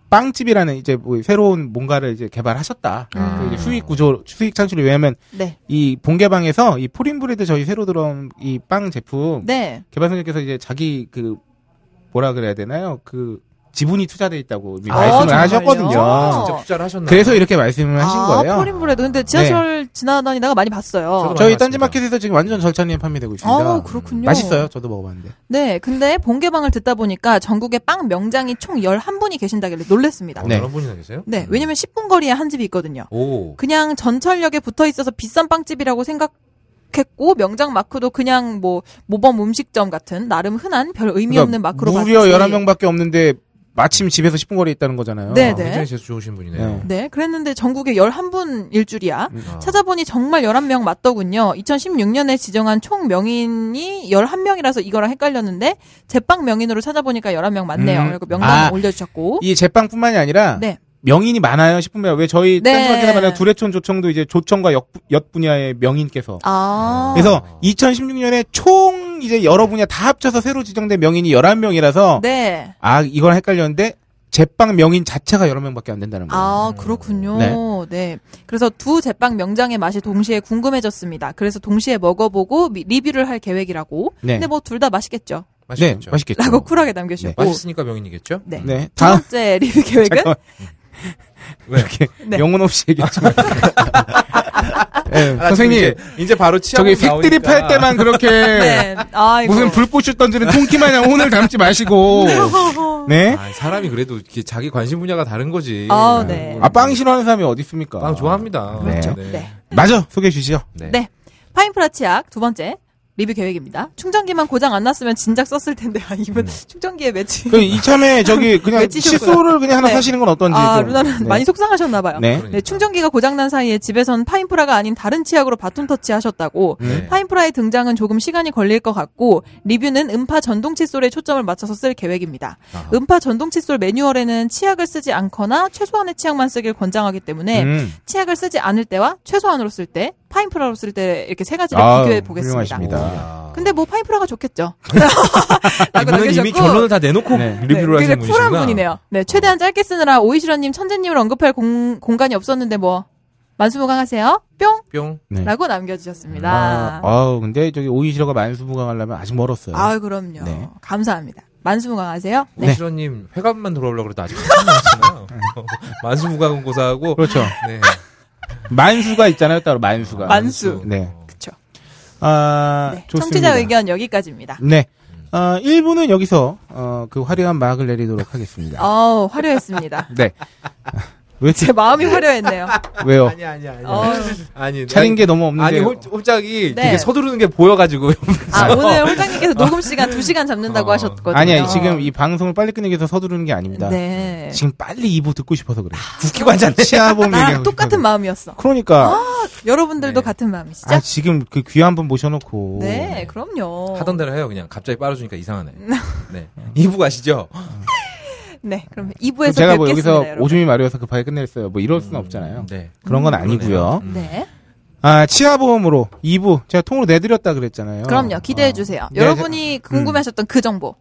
D: 빵집이라는 이제 뭐 새로운 뭔가를 이제 개발하셨다.
E: 음.
D: 그 이제 수익 구조, 수익 창출이 왜냐면
E: 네
D: 이 본개방에서 이 포린브레드 저희 새로 들어온 이 빵 제품
E: 네.
D: 개발사님께서 이제 자기 그 뭐라 그래야 되나요? 그 지분이 투자돼 있다고 이미
E: 아,
D: 말씀을
E: 정말요?
D: 하셨거든요.
F: 진짜 투자를 하셨나?
D: 그래서 이렇게 말씀을 하신
E: 아,
D: 거예요. 네.
E: 포린브레드. 근데 지하철 지나다니다가 많이 봤어요.
F: 저도
D: 저희
F: 맞습니다.
D: 딴지마켓에서 지금 완전 절찬리에 판매되고 있습니다.
E: 아, 그렇군요.
D: 맛있어요. 저도 먹어봤는데.
E: 네, 근데 본개방을 듣다 보니까 전국에 빵 명장이 총 11분이 계신다길래 놀랬습니다.
F: 어,
D: 네.
F: 여러 분이나 계세요?
E: 네, 왜냐면 10분 거리에 한 집이 있거든요.
F: 오.
E: 그냥 전철역에 붙어 있어서 비싼 빵집이라고 생각했고 명장 마크도 그냥 뭐 모범 음식점 같은 나름 흔한 별 의미 없는 마크로
D: 그러니까 무려
E: 봤지.
D: 11명밖에 없는데 마침 집에서 10분 거리에 있다는 거잖아요.
E: 네,
F: 아,
E: 네.
F: 굉장히 재수 좋으신 분이네요.
D: 네.
E: 네, 그랬는데 전국에 11분일 줄이야.
F: 아.
E: 찾아보니 정말 11명 맞더군요. 2016년에 지정한 총 명인이 11명이라서 이거랑 헷갈렸는데 제빵 명인으로 찾아보니까 11명 맞네요.
D: 음.
E: 그리고 명단
D: 아.
E: 올려주셨고.
D: 이 제빵뿐만이 아니라
E: 네.
D: 명인이 많아요 싶으면 왜 저희
E: 네.
D: 딴지마켓에 말하는 두레촌 조청도 이제 조청과 역, 엿 분야의 명인께서
E: 아.
D: 그래서 2016년에 총 이제 여러 분야 다 합쳐서 새로 지정된 명인이 11명이라서
E: 네.
D: 아 이걸 헷갈렸는데 제빵 명인 자체가 11명밖에 안 된다는 거예요.
E: 아, 그렇군요.
D: 네.
E: 네. 그래서 두 제빵 명장의 맛이 동시에 궁금해졌습니다. 그래서 동시에 먹어보고 미- 리뷰를 할 계획이라고.
D: 네.
E: 근데 뭐 둘 다 맛있겠죠.
D: 네,
F: 맛있겠죠.
D: 맛있겠죠.
E: 라고 쿨하게 남겨주셨고.
F: 맛있으니까 명인이겠죠?
E: 네.
D: 네.
E: 두
D: 다음
E: 번째 리뷰 계획은?
D: 잠깐만.
F: 왜?
D: 이렇게
E: 네.
D: 영혼 없이 얘기하지 마. 네,
F: 아,
D: 선생님,
F: 지금 이제, 이제 바로 치아
D: 저기 팩드립 할 때만 그렇게
E: 네. 아이고.
D: 무슨 불꽃슛 던지는 통키마냥 혼을 담지 마시고 네?
F: 아, 사람이 그래도 이렇게 자기 관심 분야가 다른 거지.
E: 아, 네.
D: 아 빵 싫어하는 사람이 어디 있습니까?
F: 빵 좋아합니다.
D: 그렇죠.
F: 네.
E: 네.
D: 맞아 소개해 주시죠.
F: 네.
E: 네. 파인프라 치약 두 번째 리뷰 계획입니다. 충전기만 고장 안 났으면 진작 썼을 텐데 아, 이분 충전기에 매치.
D: 음. 그 이참에 저기 그냥
E: 왜 찢으셨어요?
D: 칫솔을 그냥 하나
E: 네.
D: 사시는 건 어떤지.
E: 아
D: 그럼.
E: 루나는
D: 네.
E: 많이 속상하셨나 봐요.
D: 네.
E: 네, 충전기가 고장난 사이에 집에선 파인프라가 아닌 다른 치약으로 바톤 터치하셨다고.
F: 네.
E: 파인프라의 등장은 조금 시간이 걸릴 것 같고 리뷰는 음파 전동 칫솔에 초점을 맞춰서 쓸 계획입니다. 음파 전동 칫솔 매뉴얼에는 치약을 쓰지 않거나 최소한의 치약만 쓰길 권장하기 때문에
D: 음.
E: 치약을 쓰지 않을 때와 최소한으로 쓸 때, 파인프라로 쓸 때 이렇게 세 가지를
D: 아유,
E: 비교해 보겠습니다.
D: 훌륭하십니다.
F: 아.
E: 근데 뭐 파인프라가 좋겠죠. 라고
G: 이분은 이미
E: 남겨주셨고.
G: 결론을 다 내놓고
D: 네.
G: 리뷰를
E: 네,
G: 하시는
E: 되게 쿨한
G: 분이시구나.
E: 분이네요. 네, 최대한 짧게 쓰느라 오이시러님, 천재님을 언급할 공, 공간이 없었는데 뭐 만수무강하세요. 뿅
F: 뿅.
D: 네.
E: 라고
D: 아,
E: 남겨주셨습니다. 아,
D: 아우 근데 저기 오이시러가 만수무강하려면 아직 멀었어요.
E: 그럼요.
D: 네.
E: 감사합니다. 만수무강하세요. 네.
F: 오시러님 회관만 돌아오려고 그래도 아직 한참 남았잖아요. 만수무강고사하고.
D: 그렇죠.
F: 네.
D: 만수가 있잖아요 따로 만수가.
E: 만수.
D: 네.
E: 그쵸.
D: 아
E: 네.
D: 좋습니다.
E: 청취자 의견 여기까지입니다.
D: 네. 아 1부는 어, 여기서 어, 그 화려한 막을 내리도록 하겠습니다.
E: 어우, 화려했습니다.
D: 네. 왜
E: 제 마음이 화려했네요.
D: 왜요?
F: 아니 아니 아니.
E: 어,
F: 아니.
D: 차린 게 너무 없는데. 뭐. 어.
F: 아니 홀, 홀짝이
E: 네.
F: 되게 서두르는 게 보여가지고
E: 아, 오늘 홀장님께서 녹음 시간 2시간 잡는다고
F: 어.
E: 하셨거든요.
D: 아니야 지금 이 방송을 빨리 끝내기 위해서 서두르는 게 아닙니다.
E: 네. 아.
D: 지금 빨리 2부 듣고 싶어서 그래.
F: 웃기고 앉았네.
D: 시아범
E: 나랑
D: 얘기하고
E: 똑같은
D: 싶어서.
E: 마음이었어. 아,
D: 그러니까
E: 여러분들도
F: 네.
E: 같은 마음이시죠?
D: 아 지금 그 귀한 분 모셔놓고
E: 네, 그럼요.
F: 하던 대로 해요. 그냥 갑자기 빨아주니까 이상하네. 네. 2부 가시죠.
E: 네, 그럼
D: 또
E: 2부에서
D: 제가 뭐
E: 뵙겠습니다,
D: 여기서
E: 여러분.
D: 오줌이 마려워서 급하게 끝냈어요. 뭐 이럴 수는 없잖아요.
F: 네.
D: 그런 건
F: 음, 그러네요.
D: 아니고요.
E: 네,
D: 아 치아 보험으로 2부 제가 통으로 내드렸다 그랬잖아요.
E: 그럼요. 기대해 주세요.
D: 어. 네,
E: 여러분이 궁금해하셨던 그 정보.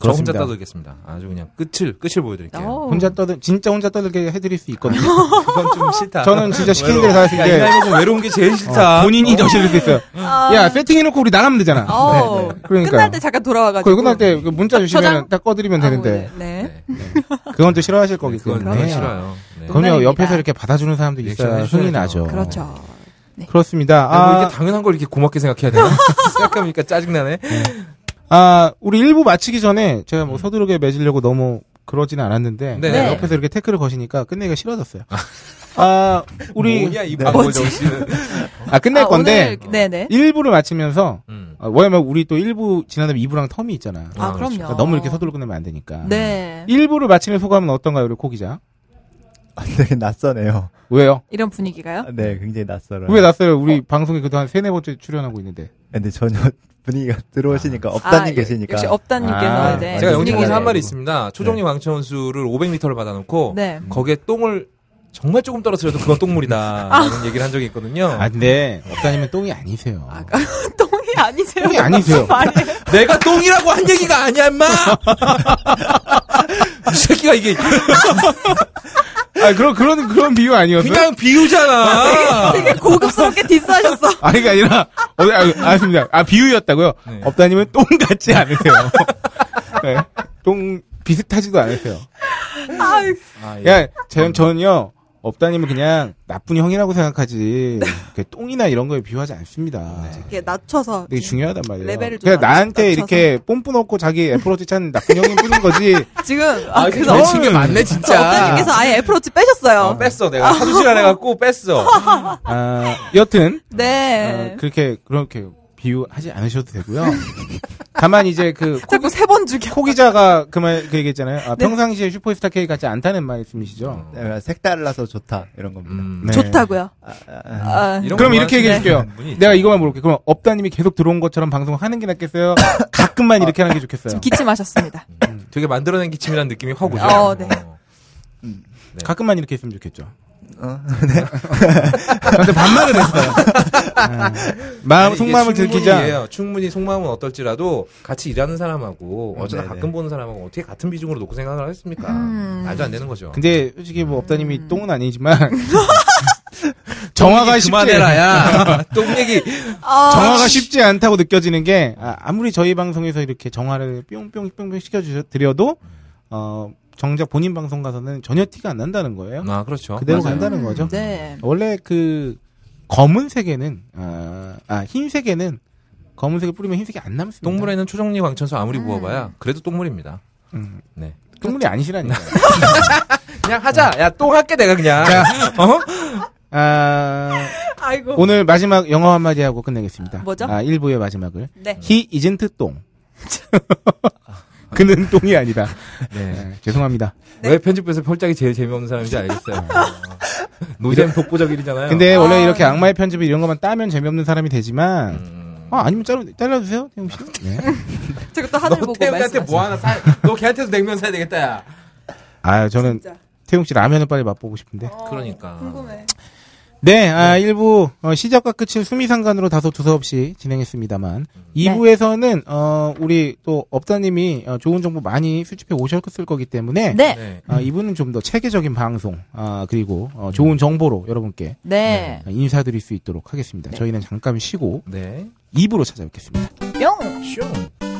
F: 저 혼자
D: 그렇습니다.
F: 떠들겠습니다. 아주 그냥 끝을 끝을 보여드릴게요.
E: 어.
D: 예. 혼자 떠들 진짜 혼자 떠들게 해드릴 수 있거든요.
F: 그건 좀 싫다.
D: 저는 진짜 그러니까 시키는 대로 다
F: 아,
D: 했을
F: 야, 그러니까 이
D: 때 어, 아,
F: 나이에 좀 외로운 게 제일 싫다.
D: 본인이 더 싫을 수 있어요.
E: 아,
D: 야 세팅해놓고 우리 나가면 되잖아.
E: 어,
D: 그러니까요.
E: 끝날 때 잠깐 돌아와가지고.
D: 그거 끝날 때그 문자 주시면
E: 저장?
D: 딱 꺼드리면 되는데
E: 아, 뭐, 네. 네.
F: 네.
D: 그건 또 싫어하실 거기
F: 그건
D: 때문에.
F: 너무 싫어요. 네.
E: 그건-
D: 그럼요
E: 농담입니다.
D: 옆에서 이렇게 받아주는 사람도
F: 리액션
D: 있어야
F: 해주셔야죠.
D: 흥이 나죠.
E: 그렇죠.
D: 습니다
F: 아, 뭐
D: 아,
F: 이게 당연한 걸 이렇게 고맙게 생각해야 되나? 생각하니까 짜증나네.
D: 아, 우리 1부 마치기 전에 제가 뭐 서두르게 맺으려고 너무 그러지는 않았는데
F: 음. 네.
E: 네.
D: 옆에서 이렇게 태클을 거시니까 끝내기가 싫어졌어요. 아, 우리
F: 뭐냐 이
A: 네.
F: 방고
E: 뭐지?
F: 정신은.
D: 아 끝낼
E: 아,
D: 건데
E: 오늘, 네네.
D: 1부를 마치면서
F: 음.
D: 아, 왜냐면 우리 또 1부 지난다음에 2부랑 텀이 있잖아.
E: 아,
F: 그렇죠.
E: 그럼요.
D: 너무 이렇게 서둘러 끝내면 안 되니까.
E: 네.
D: 1부를 마치는 소감은 어떤가요, 우리 고기자?
A: 아, 되게 낯서네요.
D: 왜요?
E: 이런 분위기가요?
D: 아,
A: 네, 굉장히 낯설어요.
D: 왜 났어요? 우리 방송에 그동안 세네 번째 출연하고 있는데.
A: 근데 전혀 분위기가 들어오시니까
E: 아,
A: 업다님
E: 여-
A: 계시니까.
E: 역시 업다님께서
D: 아,
E: 네.
F: 제가
E: 분위기가-
F: 영진공에서 한
A: 네.
F: 말이 있습니다. 초정리 왕천수를 500m를 받아놓고
E: 네.
F: 거기에 똥을 정말 조금 떨어뜨려도 그건 똥물이다라는 얘기를 한 적이 있거든요.
D: 아, 근데 업다님은 똥이 아니세요.
E: 그- 똥이 아니세요?
D: 똥이 아니세요.
E: 무슨 말이에요?
F: 내가 똥이라고 한 얘기가 아니야, 임마! 이 새끼가 이게
D: 아, 그런, 그런, 그런 비유 아니었어요?
F: 그냥 비유잖아.
D: 예.
E: 되게 고급스럽게 디스하셨어.
D: 아니, 가 아니라, 어, 아, 아닙니다. 아, 비유였다고요?
F: 네.
D: 업다님은 똥 같지 않으세요. 네. 똥 비슷하지도 않으세요.
E: 아,
F: 아, 예.
D: 야, 전, 전요, 업다님은 그냥 나쁜 형이라고
E: 네.
D: 생각하지, 그 똥이나 이런 거에 비유하지 않습니다.
E: 이렇게 낮춰서.
D: 되게 중요하단 말이에요.
E: 네. 레벨을 좀
D: 그냥 나한테
E: 낮춰서.
D: 이렇게 뽐뿌 넣고 자기 애플워치 찬 나쁜 형인 뿐인 거지.
E: 지금, 아,
F: 아,
E: 그래서.
F: 내 친구 맞네,
E: 저
F: 진짜.
E: 업다님께서 아예 애플워치 빼셨어요.
F: 어, 뺐어. 내가 하루 시간 해갖고 뺐어.
D: 아, 여튼,
E: 네.
D: 어, 그렇게, 그렇게 비유하지 않으셔도 되고요. 다만 이제 그,
E: 자꾸 세 번 죽여.
D: 코 기자가 그말 그 얘기했잖아요. 아,
E: 네.
D: 평상시에 슈퍼스타 K 같지 않다는 말씀이시죠?
A: 네, 색달라서 좋다 이런 겁니다.
F: 음.
D: 네.
E: 좋다고요.
A: 아, 아, 아.
E: 아,
F: 이런
D: 그럼
F: 거
D: 이렇게 얘기해
F: 말씀하시는
D: 줄게요.
F: 분이 있죠.
D: 내가 이거만 물어볼게요. 그럼 업다님이 계속 들어온 것처럼 방송하는 게 낫겠어요? 가끔만 이렇게 하는 게 좋겠어요.
E: 지금 기침하셨습니다.
F: 되게 만들어낸 기침이라는 느낌이 확 오죠.
E: 어, 네.
F: 어. 네.
D: 가끔만 이렇게 했으면 좋겠죠. 아,
A: 어?
D: 근데 반말을 했어요. 아, 마음,
F: 아니, 이게
D: 속마음을 들키자.
F: 충분히예요. 충분히 속마음은 어떨지라도 같이 일하는 사람하고
D: 음,
F: 어쩌다
A: 네네.
F: 가끔 보는 사람하고 어떻게 같은 비중으로 놓고 생각을 하겠습니까?
E: 음.
F: 말도 안 되는 거죠.
D: 근데 솔직히 뭐 업다님이 똥은 아니지만 정화가 쉽지
F: 그만해라야. 똥 얘기.
E: 아,
D: 정화가 쉽지 않다고 느껴지는 게 아, 무리 저희 방송에서 이렇게 정화를 뿅뿅뿅뿅 시켜주셔 드려도 어, 정작 본인 방송 가서는 전혀 티가 안 난다는 거예요.
F: 아 그렇죠.
D: 그대로
F: 맞아요.
D: 간다는 거죠.
E: 네.
D: 원래 그 검은색에는 아, 아, 흰색에는 검은색을 뿌리면 흰색이 안 남습니다.
F: 똥물에는 초정리 광천수
E: 음.
F: 아무리 부어봐야 그래도 똥물입니다.
D: 음,
F: 네.
D: 똥물이 아니시라니까.
F: 그냥 하자. 야 똥 할게 내가 그냥. 어?
D: 아,
E: 아이고.
D: 오늘 마지막 영어 한마디 하고 끝내겠습니다.
E: 뭐죠?
D: 아, 1부의 마지막을.
E: 네.
D: He isn't 똥. 그는 똥이 아니다.
F: 네.
D: 네, 죄송합니다.
F: 왜 편집부에서 펄짝이 제일 재미없는 사람인지 알겠어요. 노잼 독보적 일이잖아요.
D: 근데
E: 아.
D: 원래 이렇게 악마의 편집을 이런 것만 따면 재미없는 사람이 되지만
F: 음.
D: 아, 아니면 잘라, 잘라주세요, 태용 씨. 네.
E: 제가 또 하늘
F: 너
E: 보고
F: 태우한테
E: 말씀하세요.
F: 뭐 하나 사. 너 걔한테도 냉면 사야 되겠다. 야.
D: 아, 저는
E: 진짜.
D: 태용 씨 라면을 빨리 맛보고 싶은데.
E: 어,
F: 그러니까.
E: 궁금해.
D: 네, 아, 일부 어, 시작과 끝을 수미상관으로 다소 두서없이 진행했습니다만 이부에서는 어, 우리 또 업다님이 어, 좋은 정보 많이 수집해 오셨을 거기 때문에
E: 네. 네.
F: 네.
D: 아, 2부는 좀 더 체계적인 방송 아, 그리고 어, 좋은 정보로 여러분께
E: 네.
D: 어, 인사드릴 수 있도록 하겠습니다. 저희는 잠깐 쉬고
F: 네.
D: 2부로 찾아뵙겠습니다.
E: 뿅.
F: 쇼.